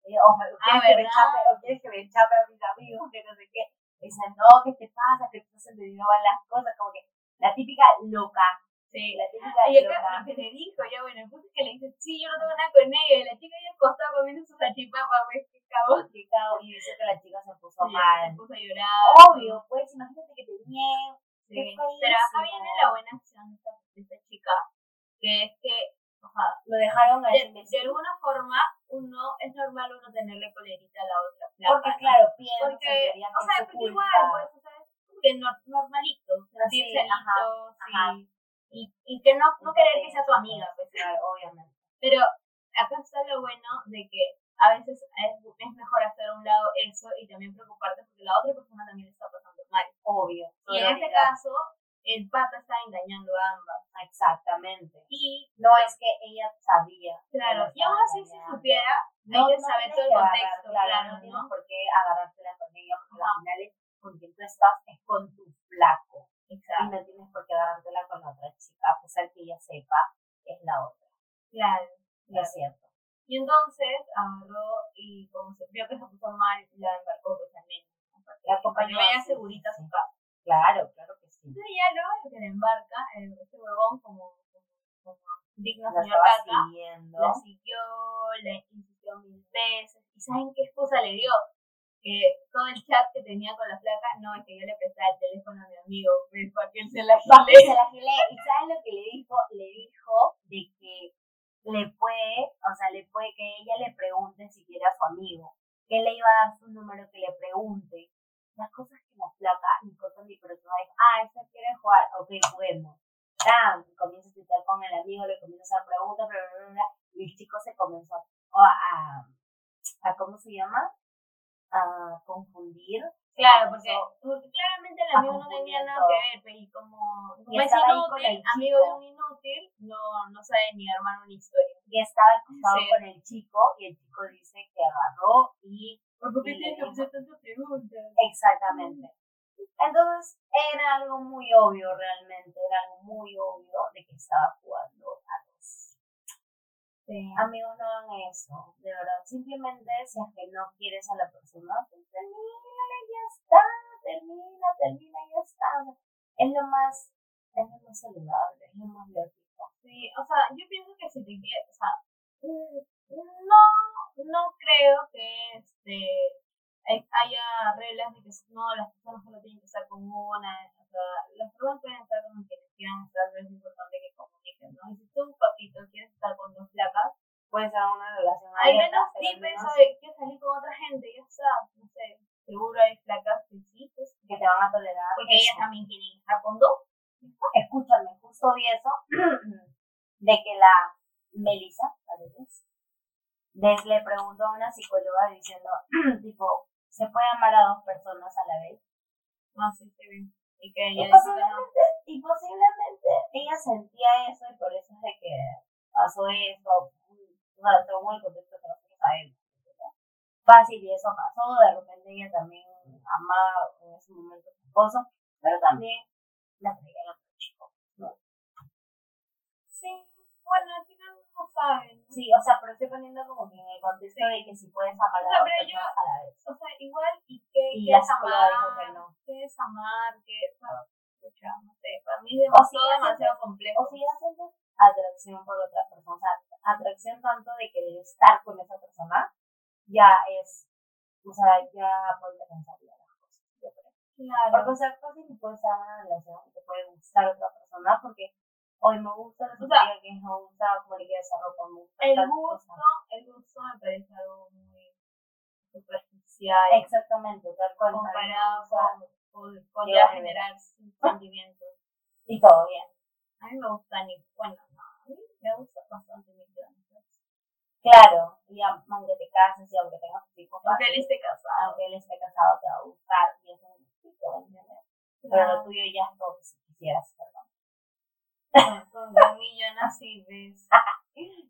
S2: eh, o me- ¿quieres
S1: Ah,
S2: que me
S1: ¿verdad?
S2: chape, o quieres que me chape a mis amigos, que no sé qué. Y dice, no, ¿qué te pasa? Que tú no se te van las cosas. Como que la típica loca.
S1: Sí.
S2: La típica
S1: Y acá
S2: loca.
S1: lo que le dijo, ya bueno, el punto es que le dice, sí, yo no tengo nada con ella, y la chica ya acostada comiendo su salchipapa, pues, qué cabrón.
S2: Y claro, Y dice [LAUGHS] que la chica se puso
S1: Y
S2: mal.
S1: Se puso a llorar.
S2: Obvio, pues imagínate que te nieguen.
S1: Sí,
S2: Qué
S1: pero acá
S2: feísimo.
S1: viene la buena acción de esta, de esta chica, que es que, o sea,
S2: Lo dejaron a ese
S1: de, de alguna forma, uno, es normal uno tenerle colerita a la otra. flaca,
S2: Porque
S1: ¿no?
S2: claro, piensan
S1: Porque, o sea,
S2: es
S1: porque
S2: su culpa.
S1: igual, pues, o sea, es como que nor- normalito, sentirse
S2: ajá,
S1: listo, sí,
S2: ajá.
S1: Y, y que no, no querer que sea tu amiga,
S2: [LAUGHS]
S1: pues.
S2: Claro, obviamente.
S1: Pero acá está lo bueno de que a veces es, es mejor hacer a un lado eso y también preocuparte porque la otra persona también le está pasando mal.
S2: Obvio.
S1: Y en este
S2: sororidad.
S1: caso, el pata está engañando a ambas.
S2: Exactamente.
S1: Y,
S2: No es que ella sabía. que
S1: claro,
S2: la
S1: y aún así si
S2: estaban
S1: supiera,
S2: engañando.
S1: ella sabe
S2: tienes
S1: todo el
S2: que
S1: contexto,
S2: agarrar-
S1: claro,
S2: no tienes
S1: ¿no?
S2: por qué agarrártela con ella, porque al final es con quien tú estás es con tu flaco. Y
S1: exacto,
S2: no tienes por qué agarrártela con la otra chica, a pesar que ella sepa, es la otra.
S1: claro.
S2: No es cierto.
S1: Y entonces agarró y como se vio que se puso mal, la embarcó pues también.
S2: La acompañó
S1: Acompañó ella
S2: así,
S1: segurita a
S2: sí.
S1: su casa.
S2: Claro, claro que sí.
S1: Entonces ya luego que la embarca, eh, este huevón como, como, como digno
S2: La
S1: señor
S2: estaba
S1: Caca,
S2: siguiendo.
S1: la siguió, le insistió mil veces. ¿Y saben qué excusa le dio? Que todo el chat que tenía con la flaca, no, es que yo le prestaba el teléfono a mi amigo, pues, para que él se la
S2: Papi
S1: gile.
S2: se la gelé. ¿Y sabes lo que le dijo? Le dijo de que le puede, o sea, le puede que ella le pregunte si quiere a su amigo. Que él le iba a dar su número, que le pregunte. Las cosas que nos placa, ni cosas ni personas. Ah, esta quiere jugar. Ok, juguemos. tan, comienza a explicar con el amigo, le comienza a hacer preguntas, bla, bla, bla, bla, y el chico se comenzó a, a, a, a ¿cómo se llama? A confundir.
S1: Claro, porque, porque claramente el amigo no tenía nada que ver, pues, y como
S2: Y
S1: Pues como es
S2: estaba ahí con
S1: inútil,
S2: el chico.
S1: amigo de un inútil, no, no sabe ni armar una historia.
S2: Y estaba cruzado
S1: Sí.
S2: con el chico, y el chico dice que agarró y
S1: ¿Por
S2: qué tienes que hacer
S1: tantas preguntas?
S2: Exactamente. Entonces era algo muy obvio realmente, era algo muy obvio de que estaba jugando a los amigos no hagan eso, de verdad. Simplemente si es que no quieres a la persona, pues termina y ya está, termina, termina y ya está. Es lo más, es lo más saludable, es lo más lógico.
S1: Sí, o sea, yo pienso que si te quiere, o sea, mm, no, no creo que este hay- haya reglas de que no, las personas solo tienen que estar con una, o sea, las personas pueden estar con quienes quieran estar, pero es importante que comuniquen, ¿no? Y si tú, papito, quieres estar con dos flacas,
S2: Puede ser una relación
S1: al
S2: abierta,
S1: menos
S2: pero al
S1: dime
S2: menos
S1: eso de que salir con otra gente, ya está, no sé, seguro hay flacas que sí, pues,
S2: que te van a tolerar.
S1: porque
S2: eso.
S1: ellas también quieren estar con dos.
S2: escúchame, justo vi eso, [CLEARS THROAT] de que la Melissa, Paredes, des- le preguntó a una psicóloga diciendo, [CLEARS THROAT] tipo, ¿se puede amar a dos personas a la vez?
S1: No sé, sí, bien. este, Y que ella
S2: Y
S1: dice que no.
S2: posiblemente, y posiblemente ella sentía eso y por eso es de que pasó eso, o sea, según el contexto que nosotros sabemos. ¿verdad? Fácil y eso pasó, de repente ella también amaba en ese momento a su esposo, pero también la traía a otro chico.
S1: Sí, bueno, al final no saben. ¿no?
S2: Sí, o sea, pero estoy poniendo como que en el contexto de que si puedes amar
S1: O sea,
S2: a dos
S1: pero
S2: personas a la vez.
S1: O sea, igual, ¿y qué,
S2: Y
S1: qué
S2: la
S1: es
S2: psicóloga dijo que
S1: amar?
S2: no.
S1: ¿Qué es amar? ¿Qué o sea, pucha, no sé, para mí es
S2: O si
S1: demasiado,
S2: ya
S1: demasiado
S2: O
S1: complejo.
S2: si ya sientes atracción por otra persona, o sea, atracción tanto de querer estar con esa persona, ya es, o sea, ya puedes pensar bien las cosas. yo creo. Porque,
S1: Claro.
S2: o sea, fácil puede estar en una relación, te puede gustar otra persona, porque hoy me gusta la
S1: sea,
S2: persona que me gusta, como le quieres ropa, me gusta
S1: El
S2: tal
S1: gusto,
S2: cosa.
S1: el gusto me parece algo muy superficial
S2: Exactamente, tal cual. tal
S1: comparado
S2: cosa,
S1: con, con, con
S2: Yo
S1: ya
S2: la
S1: generar
S2: [LAUGHS]
S1: sentimientos.
S2: Y todo bien.
S1: A mí me gusta ni, bueno, no, a mí me gusta bastante mi fianza.
S2: Claro, y am- aunque te cases y aunque tengas tus hijos,
S1: Aunque él
S2: fácil,
S1: esté casado.
S2: aunque él esté casado, te va a gustar y eso es lo que te va a entender. Pero lo
S1: Claro.
S2: tuyo ya es como que si quisieras, perdón.
S1: Con un millón así,
S2: [LAUGHS]
S1: ¿ves?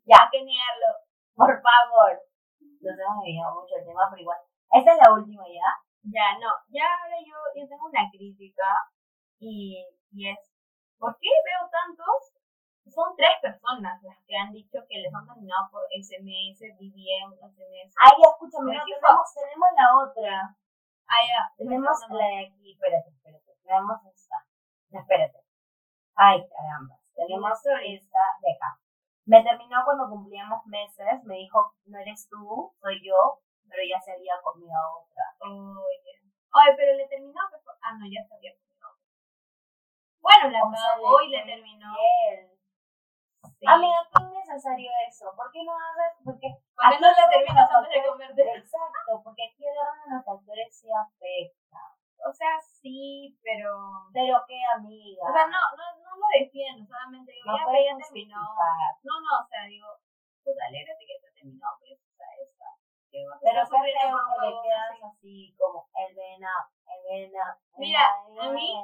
S2: Ya,
S1: que negarlo.
S2: por favor. Nos hemos olvidado mucho el tema, pero igual. Esta es la última ya.
S1: Ya, no, ya ahora yo, yo tengo una crítica y, y es, ¿por qué veo tantos? Son tres personas las que han dicho que les han terminado por SMS, BBM, SMS.
S2: Ay, ya, escúchame,
S1: Pero
S2: no,
S1: ¿qué
S2: tenemos, tenemos la otra.
S1: Ah, ya,
S2: Tenemos
S1: no, no,
S2: la de aquí, espérate, espérate. Tenemos esta. No, espérate. Ay, caramba. Tenemos
S1: Sorry.
S2: esta de acá. Me terminó cuando cumplíamos meses. Me dijo, no eres tú, soy yo. Pero ya se había comido a otra.
S1: no. Oye. Oye, Oh, pero le terminó, que fue- ah, no, ya sabía que no. Bueno, la
S2: O sea,
S1: acabó
S2: le
S1: y le
S2: fue
S1: terminó.
S2: Él.
S1: sí.
S2: Amiga, qué innecesario eso. ¿Por qué no haces? Porque
S1: Cuando
S2: ¿a quién
S1: no le
S2: le
S1: terminas
S2: terminó?
S1: antes de comerte.
S2: [LAUGHS] Exacto, porque aquí agarran los factores y afecta.
S1: O sea, sí, pero...
S2: Pero qué amiga.
S1: O sea, no, no, no lo defiendo, solamente digo,
S2: No
S1: ya,
S2: puedes
S1: pero ya terminó.
S2: justificar.
S1: No, no, o sea, digo, puta, alégrate que te terminó, pues, o sea, esta. que vas a
S2: Pero
S1: estar
S2: qué
S1: sufriendo
S2: feo
S1: por un
S2: porque
S1: huevón
S2: quedas
S1: así.
S2: así como el vena, el vena.
S1: Mira, a mí-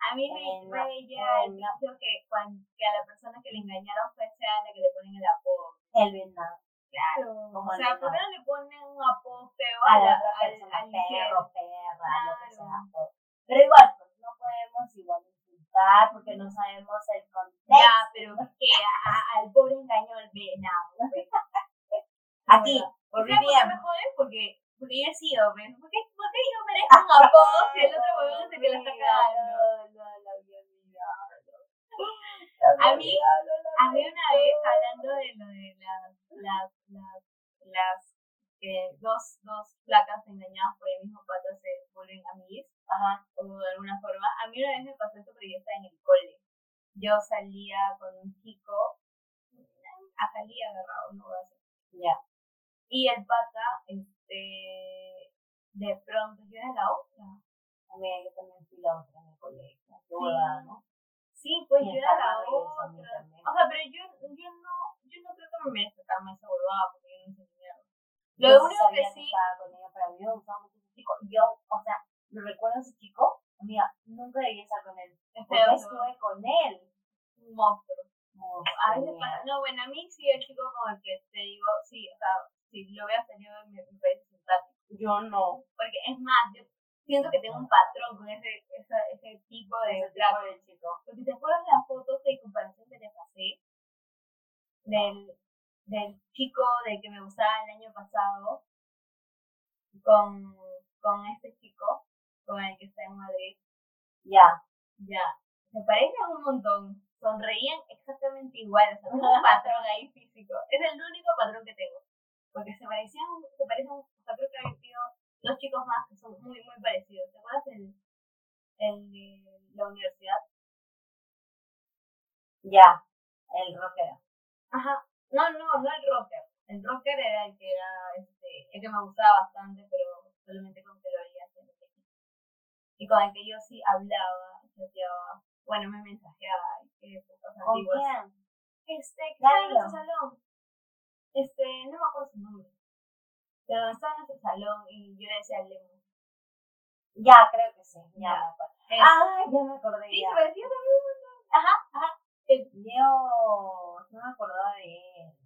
S1: A mí me
S2: Eh, no,
S1: estrella el
S2: no.
S1: dicho que, cuan- que a la persona que le engañaron fue sea la que le ponen el apodo.
S2: El vena.
S1: Claro.
S2: Como
S1: O sea,
S2: no.
S1: ¿por qué no le ponen un apodo feo
S2: A
S1: a
S2: la
S1: la,
S2: otra
S1: al,
S2: persona,
S1: al
S2: perro,
S1: perro?
S2: perra, lo que
S1: Claro.
S2: sea. todo. Pero igual, pues no podemos igual insultar porque no sabemos el contexto.
S1: Ya, pero es que a- a- al pobre engañó el venado.
S2: [LAUGHS]
S1: pues.
S2: Aquí, por
S1: ¿Sabes por qué me
S2: bien.
S1: joden? Porque, porque yo he sido, ¿ves? ¿Por qué, por qué yo merezco
S2: [LAUGHS]
S1: un apodo si el otro huevón es el que lo está cagando? [LAUGHS] A mí- A mí una vez, hablando de lo de las, las, las, las eh, dos, dos placas engañadas por el mismo pato se vuelven amigas,
S2: Ajá.
S1: o de alguna forma, a mí una vez me pasó esto porque yo estaba en el cole. Yo salía con un chico, a salir agarrado, no voy a hacer.
S2: Ya.
S1: Y el pata, este, de pronto, yo era la otra.
S2: Mira, yo también fui la otra en el colegio. Qué
S1: Sí.
S2: huevada, ¿no?
S1: Sí, pues, pues
S2: Y
S1: yo
S2: el
S1: era la
S2: párrafo de eso a mí
S1: otra.
S2: también.
S1: O sea, pero yo, yo no, yo no creo que me merezca sacarme esa huevada porque yo no hice mierda. Lo
S2: Yo
S1: único que
S2: sabía
S1: sí,
S2: estaba con ella, pero a mí me gustaba mucho ese chico. Yo, o sea, lo recuerdo a ese chico. Amiga, nunca debía estar con él.
S1: es
S2: Porque
S1: feo, ¿no?
S2: estuve con él.
S1: un monstruo.
S2: No,
S1: A veces
S2: sí.
S1: pasa, no, bueno, a mí sí el chico con el que te digo, sí, o sea, si lo veas tenido en mi país simpático.
S2: Yo no.
S1: Porque es más, yo siento que tengo un patrón con ese, ese, ese tipo de
S2: Ese
S1: trato.
S2: tipo de chico.
S1: Porque te acuerdas las fotos de comparación que les pasé del, del chico de que me gustaba el año pasado con, con este chico, con el que está en Madrid.
S2: Ya.
S1: Ya, se parecen un montón. Sonreían exactamente igual. O sea, tengo un patrón ahí físico. Es el único patrón que tengo. Porque se parecían, se parecen, o sea, creo que han sido dos chicos más que son muy, muy parecidos. ¿Te acuerdas del, el de la universidad?
S2: Ya. El rockero.
S1: Ajá. No, no, no el rocker. El rocker era el que era, este, el que me gustaba bastante, pero solamente con que lo veía hacer el equipo. Y con el que yo sí hablaba, chateaba, bueno, me mensajeaba, y que fotos
S2: ¿Con
S1: antiguas.
S2: quién?
S1: Este, que
S2: Dale.
S1: estaba en nuestro salón. Este, no me acuerdo su nombre. Pero estaba en nuestro salón y yo le decía al Lemon.
S2: Ya, creo que sí. Ya.
S1: Ya.
S2: me acuerdo.
S1: Eh,
S2: Ah, ya me acordé.
S1: sí,
S2: ya.
S1: se parecía también un montón. Ajá, ajá.
S2: Dios, no me acordaba de él.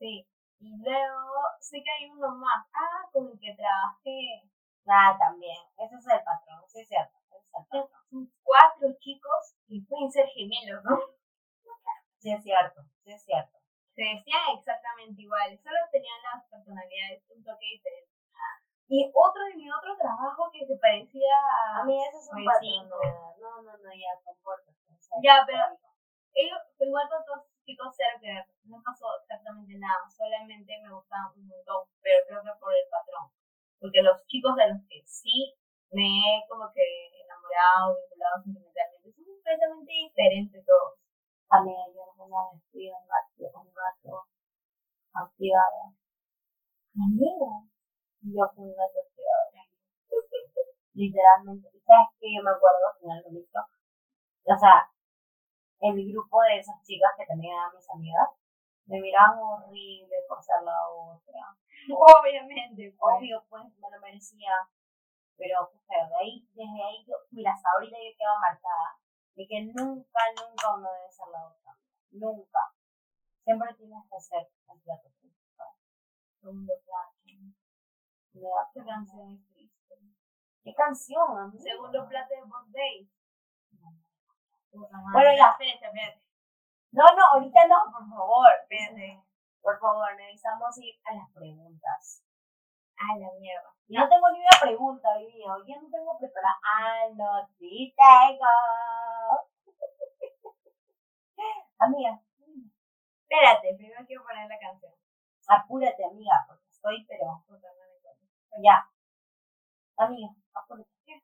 S1: Sí. Y luego sé que hay uno más. Ah, con el que trabajé.
S2: Ah, también. Ese es el patrón, sí es cierto. ese es el patrón.
S1: cuatro chicos y pueden ser gemelos, ¿no?
S2: Sí es cierto, sí es cierto.
S1: Se decían exactamente iguales, solo tenían las personalidades un toque diferente. Y otro de mi otro trabajo que se parecía a...
S2: A mí ese es un
S1: Pues
S2: patrón.
S1: sí.
S2: nada. No, no, no, ya, compórtate. en serio,
S1: Ya, pero-
S2: amigo.
S1: Ellos, pues igual con todos los chicos, cero que ver. No pasó exactamente nada, solamente me gustaban un montón, pero creo que por el patrón. Porque los chicos de los que sí me he como que enamorado, vinculado sentimentalmente, son completamente diferentes todos.
S2: Amiga, yo alguna vez fui a un gato, a un gato activado. Amiga. Yo fui un gato activado. Literalmente. ¿Y ¿Sabes qué? Yo me acuerdo al final del libro. O sea, el grupo de esas chicas que también eran mis amigas, me miraban horrible por ser la otra.
S1: [LAUGHS] Obviamente, pues.
S2: obvio, pues me lo merecía. Pero, pues, claro, de ahí, desde ahí, yo, mira, hasta ahorita yo quedo marcada de que nunca, nunca uno debe ser la otra. Nunca. Siempre tienes que ser el plato principal. Segundo plato. Me da
S1: Esta canción es triste.
S2: ¿Qué canción? amigo?
S1: Segundo plato de Bob Day.
S2: Bueno, ya.
S1: Espérate, espérate.
S2: No, no, ahorita no, por favor.
S1: Espérate.
S2: Por favor, necesitamos ir a las preguntas.
S1: A la mierda.
S2: Yo no tengo ni una pregunta hoy día. Hoy día no tengo preparada. Ah, no, sí tengo. [LAUGHS] amiga,
S1: Espérate, primero quiero poner la canción.
S2: apúrate, amiga, porque estoy, pero
S1: Puta madre, coño.
S2: ya. Amiga, apúrate. ¿qué?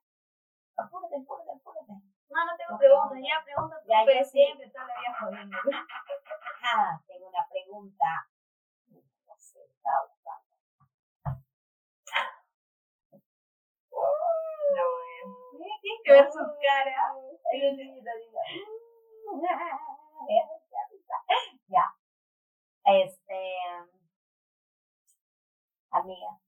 S2: Apúrate, apúrate, apúrate.
S1: No, no tengo
S2: Ok.
S1: preguntas, ya preguntas tú,
S2: Ya, ya
S1: pero
S2: sí. Ah,
S1: siempre toda la
S2: [LAUGHS]
S1: vida jodiendo.
S2: Ajá, tengo una pregunta. No sé, estaba buscando.
S1: No, [LAUGHS] güey. Tienes que ver su cara.
S2: Ay, Dios mío, Dios mío. [LAUGHS] Ya. Este. Amiga.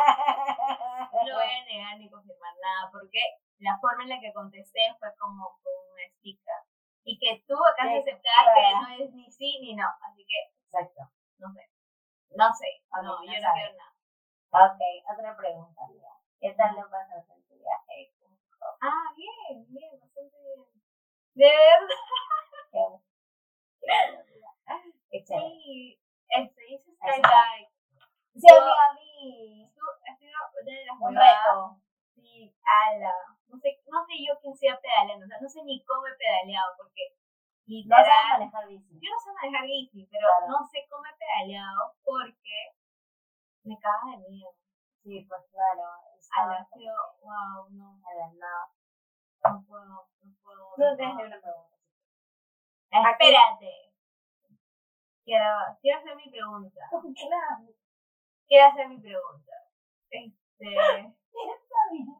S1: No voy a negar ni confirmar nada, porque la forma en la que contesté fue como con una sticker. Y que tú acabas de
S2: Sí,
S1: aceptar que
S2: claro.
S1: no es ni sí ni no. Así que,
S2: [LAUGHS] Exacto.
S1: no sé. No sé.
S2: A mí
S1: No,
S2: no
S1: yo no
S2: sabe.
S1: quiero nada.
S2: Ok, otra pregunta, amiga. ¿Qué tal lo pasas en tu viaje?
S1: Ah, bien, bien, bastante bien. De verdad.
S2: Qué chévere.
S1: Sí, este, hice
S2: Ahí se
S1: skydive.
S2: Sí, amiga, a mí.
S1: Esto ha sido una de las
S2: Un
S1: huevadas.
S2: reto.
S1: Sí, ala. No sé, no sé yo quién sea pedaleando, o sea, no sé ni cómo he pedaleado, porque
S2: No
S1: literal,
S2: sabes manejar bici.
S1: yo no sé manejar bici, pero
S2: Claro.
S1: no sé cómo he pedaleado porque me caga de miedo.
S2: Sí, pues claro.
S1: Ala, ha
S2: estaba
S1: sido, wow, no,
S2: como que nada.
S1: no puedo, no puedo.
S2: No
S1: no
S2: tienes ni
S1: puedo.
S2: una pregunta.
S1: Espérate. Quiero, quiero hacer mi pregunta.
S2: Claro,
S1: Quiero hacer mi pregunta. Este.
S2: [LAUGHS] está bien.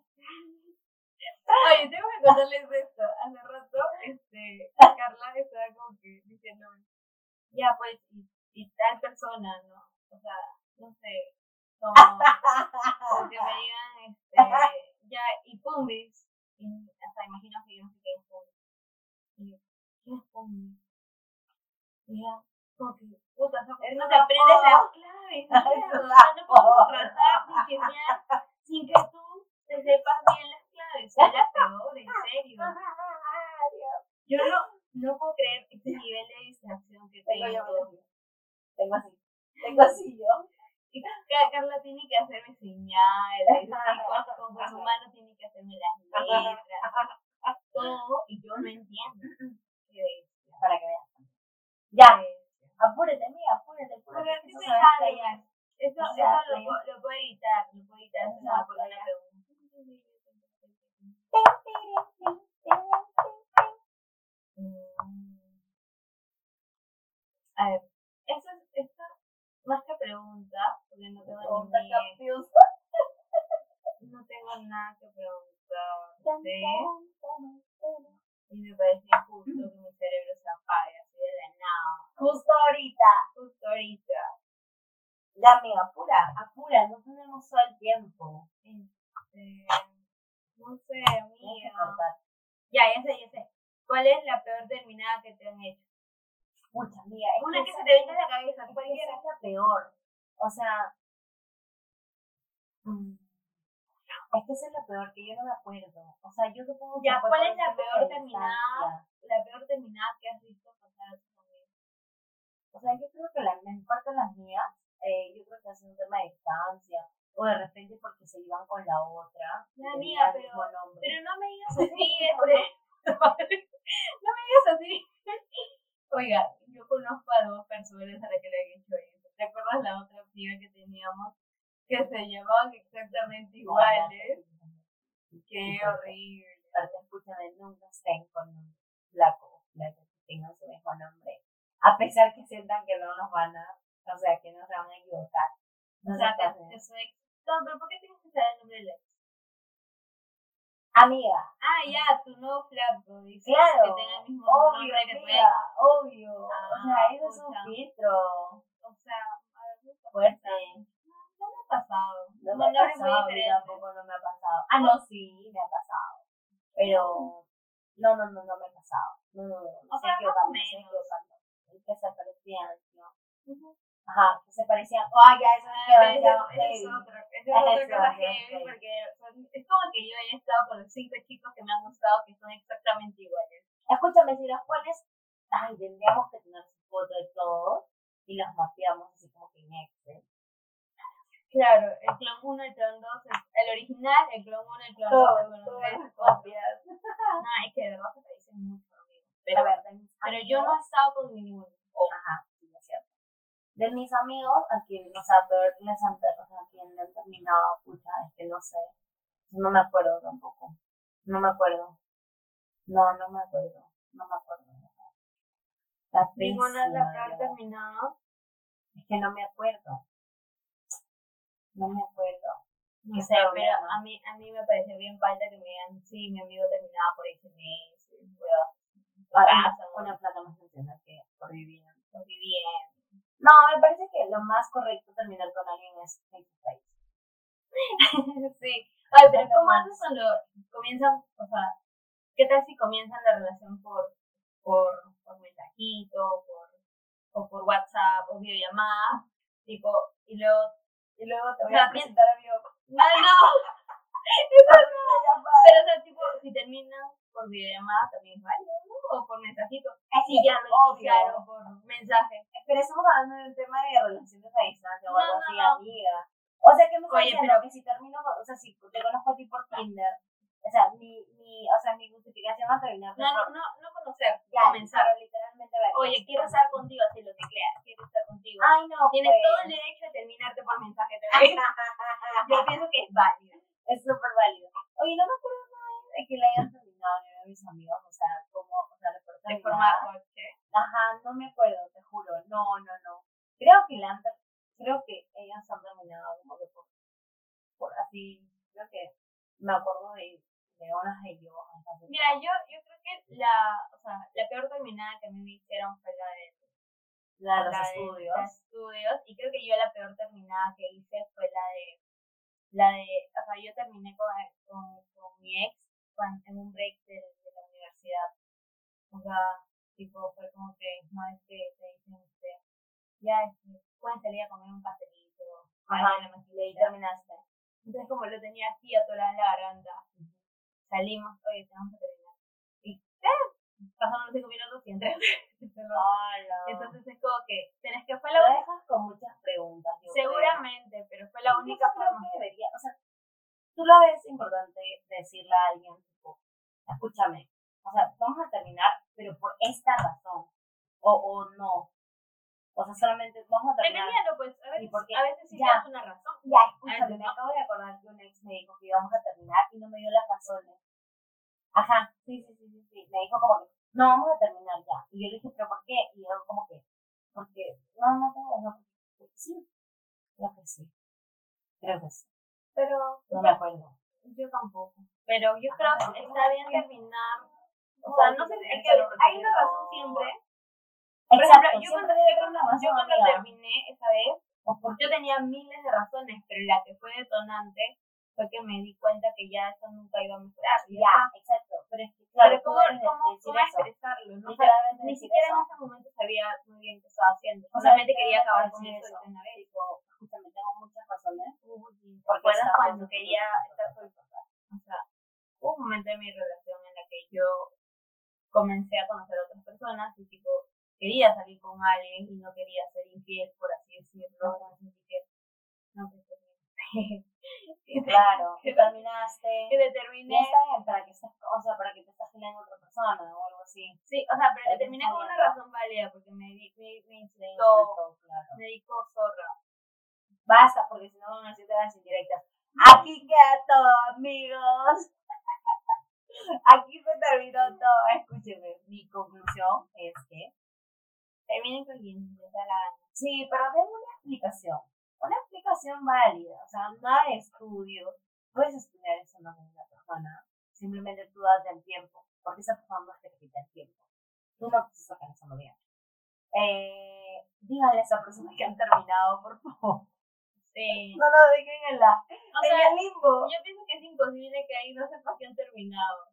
S1: contarles esto. Hace rato, este, Carla estaba como que diciéndome, ya pues, y, y tal persona, ¿no? O sea, no sé, como, como que me digan, este, ya, y Pumbis, y hasta imagino que yo no sé qué es Pumbis. Y yo, ¿qué es Pumbis? Y ya, como que, puta, no, no te aprendes las claves, mierda, no podemos tratar ni que sea sin que tú te sepas bien las claves, son las peores, en serio. Yo no, no puedo creer este nivel de distracción que
S2: Tengo yo,
S1: tengo.
S2: Tengo así. Tengo así yo.
S1: Y Ca- Carla tiene que hacerme señales, y con- con su mano tiene que hacerme las letras, todo, y yo no entiendo. Qué bestia.
S2: Para que veas. Ya.
S1: Eh,
S2: Apúrate, mía, apúrate.
S1: Pero
S2: apúrate, que
S1: sí
S2: no
S1: se
S2: se va a
S1: jala
S2: estallar.
S1: ya. Eso,
S2: O sea,
S1: eso lo,
S2: sí.
S1: puedo- lo puedo editar, lo puedo editar, se lo voy a poner una pregunta. Mm. A ver, esto, esto, más que pregunta, porque no tengo
S2: Pregunta
S1: ni idea,
S2: capciosa.
S1: no tengo nada que preguntar.
S2: Tan,
S1: ¿sí?
S2: tan, tan, tan.
S1: Y me parece injusto que mi cerebro se apague así de la nada,
S2: Justo ahorita.
S1: justo ahorita.
S2: Ya, amiga, apura, apura. No tenemos todo el tiempo.
S1: Este, no sé,
S2: Tienes que
S1: amiga.
S2: cortar.
S1: Ya, ya sé, ya sé. ¿Cuál es la peor terminada que te han hecho?
S2: Mucha, amiga. es
S1: Una que
S2: esa-
S1: se te venga a la cabeza,
S2: es que esa
S1: cualquiera.
S2: es la peor. O sea, mm, es que esa es la peor, que yo no me acuerdo. O sea, yo supongo que.
S1: Ya,
S2: fue
S1: ¿cuál
S2: por
S1: es
S2: un
S1: la
S2: tema
S1: peor
S2: de
S1: terminada?
S2: distancia.
S1: La peor terminada que has visto pasar conmigo.
S2: O sea, yo creo que la mejor de las mías, eh, yo creo que ha sido un tema de distancia. O de repente porque se iban con la otra. y
S1: Ya,
S2: tenía
S1: amiga,
S2: el mismo nombre.
S1: Pero no me digas así, este. no me digas así. Oiga, yo conozco a dos personas a las que le han hecho eso. ¿Te acuerdas la otra amiga que teníamos? Que se llamaban exactamente
S2: No, ya,
S1: iguales. Qué
S2: sí, sí.
S1: horrible.
S2: Aparte, escúchame, nunca estén con un flaco, flaco que tengan su mismo nombre. A pesar que sientan que no nos van a, o sea, que no se van a equivocar. No
S1: O
S2: se
S1: sea,
S2: pasen.
S1: que su ex. No, pero ¿por qué tienes que saber el nombre de la ex?
S2: Amiga,
S1: Ah, ya, tu nuevo flaco. Dice
S2: claro,
S1: que tenga el mismo
S2: obvio,
S1: nombre que tu ex.
S2: amiga, obvio. o sea,
S1: Ah,
S2: eso es un
S1: pucha.
S2: filtro
S1: O sea, a ver, ¿qué pasa?
S2: fuerte.
S1: No, no me ha pasado.
S2: No me
S1: No,
S2: ha
S1: no es muy
S2: pasado, a mí
S1: diferente.
S2: tampoco no me ha pasado. Ah, no, sí, me ha pasado. Pero, no, no, no, no me ha pasado. No, no, no, no,
S1: O
S2: se
S1: sea, más o
S2: equivocan, no se
S1: menos.
S2: equivocan. Es que se parecían, ¿no?
S1: Ujú.
S2: Ajá, que se parecían. Ah, ya, eso
S1: Ah,
S2: es
S1: pero
S2: demasiado
S1: ese- ese es
S2: heavy.
S1: otro, ese es otro
S2: Ese
S1: que
S2: es otro,
S1: más heavy,
S2: ok.
S1: porque son- es como que yo haya estado con los cinco chicos que me han gustado que son exactamente iguales.
S2: Escúchame, si los pones, ay, tendríamos que tener su foto de todos y los mapeamos así como que en Excel.
S1: Claro,
S2: eh.
S1: el clon 1, el clon 2, el, el original, el clon 1, el clon 2, el clon 3, el clon 4.
S2: [LAUGHS]
S1: No, es que de verdad se parecen mucho, amigo. Pero,
S2: A ver, de mis
S1: pero yo no
S2: amigos-
S1: he estado con ninguno.
S2: Ajá, sí, es cierto. De mis amigos, a quien, o sea, peor les han, o sea, a quien le han terminado, puta, es que no sé. No me acuerdo tampoco. No me acuerdo. No, no me acuerdo. No me acuerdo. La
S1: Ninguna de las
S2: pésima,
S1: que
S2: yo.
S1: han terminado.
S2: Es que no me acuerdo. No me acuerdo.
S1: No
S2: Qué
S1: sé, pero
S2: problema.
S1: a mí, a mí me pareció bien falta que me digan, sí, mi amigo terminaba por este SMS, weón,
S2: Ahora,
S1: Pasa,
S2: Ah, una plata más funciona que por vivir.
S1: nos vivían.
S2: No, me parece que lo más correcto terminar con alguien es face to face.
S1: [LAUGHS] sí. Ay, pero
S2: Nada
S1: ¿cómo
S2: más.
S1: haces cuando comienzan, o sea, qué tal si comienzan la relación por, por, por mensajito, por, o por WhatsApp, o videollamada, tipo, y luego,
S2: Y luego te
S1: voy a presentar
S2: [LAUGHS]
S1: [LAUGHS]
S2: a mi papá.
S1: no, no, pero o sea, tipo, si terminan por videollamada también es válido, ¿no? O por mensajito, si ya lo
S2: obvio.
S1: iniciaron por mensaje.
S2: Pero estamos hablando del tema de relaciones a distancia o algo
S1: No, no,
S2: así,
S1: no.
S2: amiga. O sea, que me estás
S1: Oye,
S2: diciendo
S1: pero-
S2: que si termino, con- o sea, si te conozco a ti por Tinder, o sea, mi, mi, o sea, mi justificación va a terminar
S1: No, no,
S2: por
S1: no, no conocer,
S2: ya,
S1: comenzar.
S2: pero literalmente la
S1: Oye,
S2: cosa.
S1: quiero estar contigo, así lo tecleas, quiero estar contigo.
S2: Ay, no,
S1: Tienes
S2: pues.
S1: todo
S2: [LAUGHS]
S1: el derecho de terminarte por mensaje también. Yo pienso que es válido.
S2: Es súper válido. Oye, no me acuerdo nada de que le hayan terminado ni de mis amigos, o sea, como, o sea, la
S1: de
S2: oportunidad.
S1: formar coche.
S2: Ajá, no me acuerdo, te juro. No, no, no. Creo que la han, ter- creo que ellas han terminado como que por, por así, creo que me acuerdo de, tengo unas de yo. entonces-
S1: Mira, yo, yo creo que la, o sea, la peor terminada que a mí me hicieron fue la de
S2: la de los
S1: la de
S2: estudios.
S1: los estudios, Y creo que yo la peor terminada que hice fue la de, la de, o sea, yo terminé con, con, con mi ex cuan- en un break de, de la universidad. O sea, tipo, fue como que, no es que te dicen, este, ya, este, pueden salir a comer un pastelito,
S2: Ajá,
S1: algo en la
S2: y ahí
S1: maquinita.
S2: terminaste.
S1: Entonces, como lo tenía así atorada en la garganta, salimos, oye, tenemos que terminar. Y ¡eh! pasaron cinco minutos y entré. [LAUGHS]
S2: Hola.
S1: Entonces es como que, tenés que fue
S2: lo
S1: la única,
S2: dejas con muchas preguntas. yo creo.
S1: seguramente, pero fue la única
S2: Yo creo
S1: forma.
S2: que debería, o sea, tú lo ves importante decirle a alguien, tipo, escúchame, o sea, vamos a terminar, pero por esta razón, o, o no. O sea, solamente vamos a terminar.
S1: Dependiendo, pues, a
S2: ¿Y
S1: veces,
S2: por qué?
S1: a veces sí
S2: Ya.
S1: tienes una razón.
S2: Ya, escúchame,
S1: Ah,
S2: me
S1: no.
S2: acabo de acordar que un ex me dijo que íbamos a terminar y no me dio las razones. Ajá, sí, sí, sí, sí, sí. Me dijo como que, no, vamos a terminar ya. Y yo le dije, pero ¿por qué? Y yo como que, porque, no, no, no, no, porque sí. Creo que sí. Creo que sí.
S1: Pero
S2: No me acuerdo.
S1: yo tampoco. Pero yo creo que está bien terminar. O
S2: No,
S1: sea, no
S2: sí,
S1: sé,
S2: sí,
S1: es
S2: sí,
S1: que
S2: lo
S1: hay una
S2: recuerdo.
S1: razón siempre. Por
S2: Exacto,
S1: ejemplo, yo cuando,
S2: siempre debe
S1: yo
S2: haber una
S1: cuando- yo
S2: razón,
S1: cuando
S2: amiga.
S1: terminé esa vez, yo tenía miles de razones, pero la que fue detonante fue que me di cuenta que ya eso nunca iba a mejorar. Y
S2: Ya,
S1: está.
S2: exacto. Pero es que, claro,
S1: Pero
S2: tú
S1: cómo,
S2: debes de
S1: cómo,
S2: decir
S1: cómo
S2: eso.
S1: expresarlo, ¿no? O sea,
S2: Literalmente
S1: ni
S2: decir
S1: siquiera
S2: eso.
S1: en ese momento sabía muy bien qué estaba haciendo.
S2: O sea,
S1: Solamente
S2: yo
S1: quería
S2: debo
S1: acabar con
S2: decir
S1: eso
S2: eso.
S1: de una vez.
S2: Tipo, escúchame, tengo muchas
S1: [LAUGHS]
S2: razones.
S1: Uy, ¿te
S2: porque
S1: acuerdas
S2: estaba
S1: cuando
S2: haciendo
S1: quería
S2: cosas?
S1: estar soltera? O sea, hubo un momento de mi relación en la que yo comencé a conocer a otras personas y tipo quería salir con alguien y no quería ser infiel, por así decirlo. Así que no pues, [LAUGHS] terminé. [LAUGHS] Y te-
S2: Claro, tú terminaste.
S1: que le
S2: Ya
S1: terminé,
S2: está bien, para que estás, o sea, para que te estás generando otra persona o algo así.
S1: sí, o sea, pero le
S2: Está
S1: terminé con una
S2: bien.
S1: razón válida porque me di, me, me
S2: Sí,
S1: insultó,
S2: exacto, claro.
S1: me dijo zorra.
S2: Basta, porque si no van a hacer las indirectas. Aquí queda todo, amigos. [LAUGHS] Aquí se terminó todo. Escúcheme, mi conclusión es que
S1: Terminen con quien les da la gana.
S2: Sí, pero den una explicación. Una explicación válida. O sea, nada de estudio. Puedes estudiar eso no con una persona. Simplemente tú date el tiempo. Porque esa persona no es que te quita el tiempo. Tú no te estás organizando bien. Eh, díganle a esa persona que han terminado, por favor. [LAUGHS]
S1: Sí.
S2: No lo dejen en la.
S1: O
S2: en
S1: sea,
S2: el limbo.
S1: Yo pienso que es imposible que ahí no sepas que han terminado.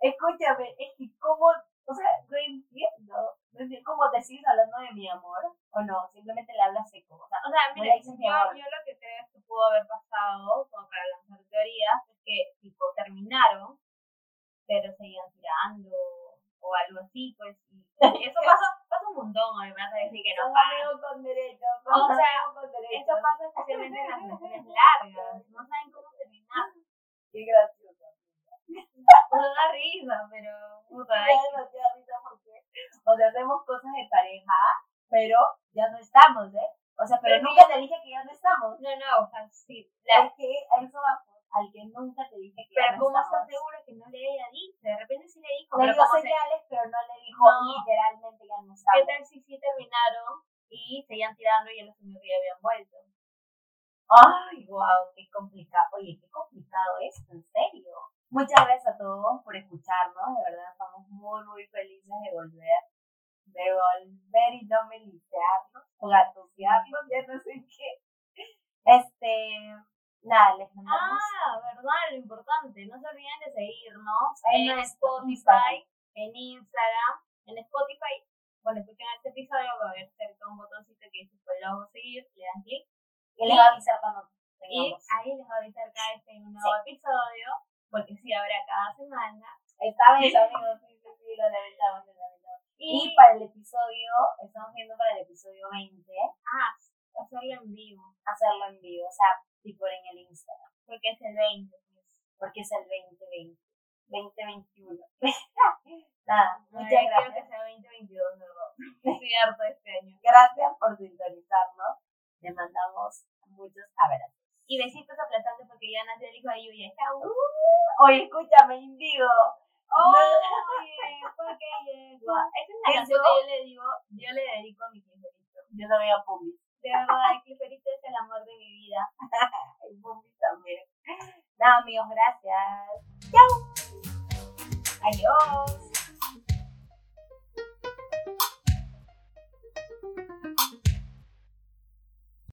S2: Escúchame, es que cómo. O sea, no entiendo. No entiendo cómo te sigues hablando de mi amor. O no, simplemente le hablas seco. O sea,
S1: O sea,
S2: No
S1: mira,
S2: le
S1: yo,
S2: dices mi amor.
S1: yo lo que creo es que pudo haber pasado, como para lanzar teorías, es que tipo terminaron, pero seguían tirando o algo así, pues. Y
S2: [LAUGHS]
S1: eso pasa, pasa un montón, además de decir que no
S2: son
S1: pasa.
S2: amigos con derecho.
S1: O
S2: son
S1: sea,
S2: amigos con derecho.
S1: Eso pasa especialmente en las relaciones largas, no saben cómo terminar.
S2: Qué gracioso.
S1: O sea, da risa, pero.
S2: [LAUGHS]
S1: puta,
S2: Me da
S1: hay-
S2: demasiada risa porque, o sea, hacemos cosas de pareja, pero ya no estamos, ¿eh? O sea, pero
S1: Pero
S2: nunca te dije que ya no estamos.
S1: No, no, o sea, sí. la-
S2: Es que a eso vamos, al que nunca te dije que ya
S1: pero,
S2: no
S1: ¿cómo estás
S2: estamos.
S1: seguro que no le haya dicho? De repente sí le dijo,
S2: Le
S1: pero
S2: dio
S1: como se-
S2: señales, pero no le dijo
S1: No.
S2: literalmente ya no
S1: ¿Qué
S2: estamos.
S1: tal si sí terminaron y seguían tirando y él asumió que ya habían vuelto?
S2: Ay, wow, qué complicado. Oye, qué complicado esto, en serio. Muchas gracias a todos por escucharnos. De verdad, estamos muy, muy felices de volver. De volver y no militearnos, o gatusearnos, ya no sé qué. Este, nada, les mandamos
S1: Ah, verdad, lo importante. No se olviden de seguirnos
S2: Ahí
S1: en
S2: no es
S1: Spotify,
S2: Instagram.
S1: en Instagram, en Spotify. Cuando escuchen este episodio va a haber cerca un botoncito que dice follow o seguir, le dan clic
S2: que les va a avisar cuando
S1: y
S2: tengamos.
S1: ahí les va a avisar cada vez que hay un nuevo episodio, porque sí habrá cada semana.
S2: Esta vez, amigos, sí, sí, sí, lo lamentamos, lo lamentamos.
S1: Y,
S2: Y para el episodio, estamos viendo para el episodio 20,
S1: ah, hacerlo en vivo,
S2: hacerlo en vivo, o sea, tipo en el Instagram.
S1: porque es el 20. pues.
S2: porque es el 2020, 2021. [LAUGHS] Nada, muchas
S1: Ay, Quiero
S2: gracias.
S1: que sea 2022 [LAUGHS] nuevo. Cierto, este año.
S2: Gracias por sintonizarnos. Les mandamos muchos abrazos.
S1: Y besitos aplastantes porque ya nació el hijo de Yuya. [LAUGHS] Chau.
S2: Oye, escúchame, Indigo.
S1: Oye, ¿por qué llegó? Esta es la
S2: Eso-
S1: canción que yo le digo, yo le dedico a mi cliferito.
S2: Yo no veo Pumi.
S1: De verdad, el cliferito es el amor de mi vida.
S2: Ay, Pumi también. Nada, amigos, gracias.
S1: Chau. Adiós.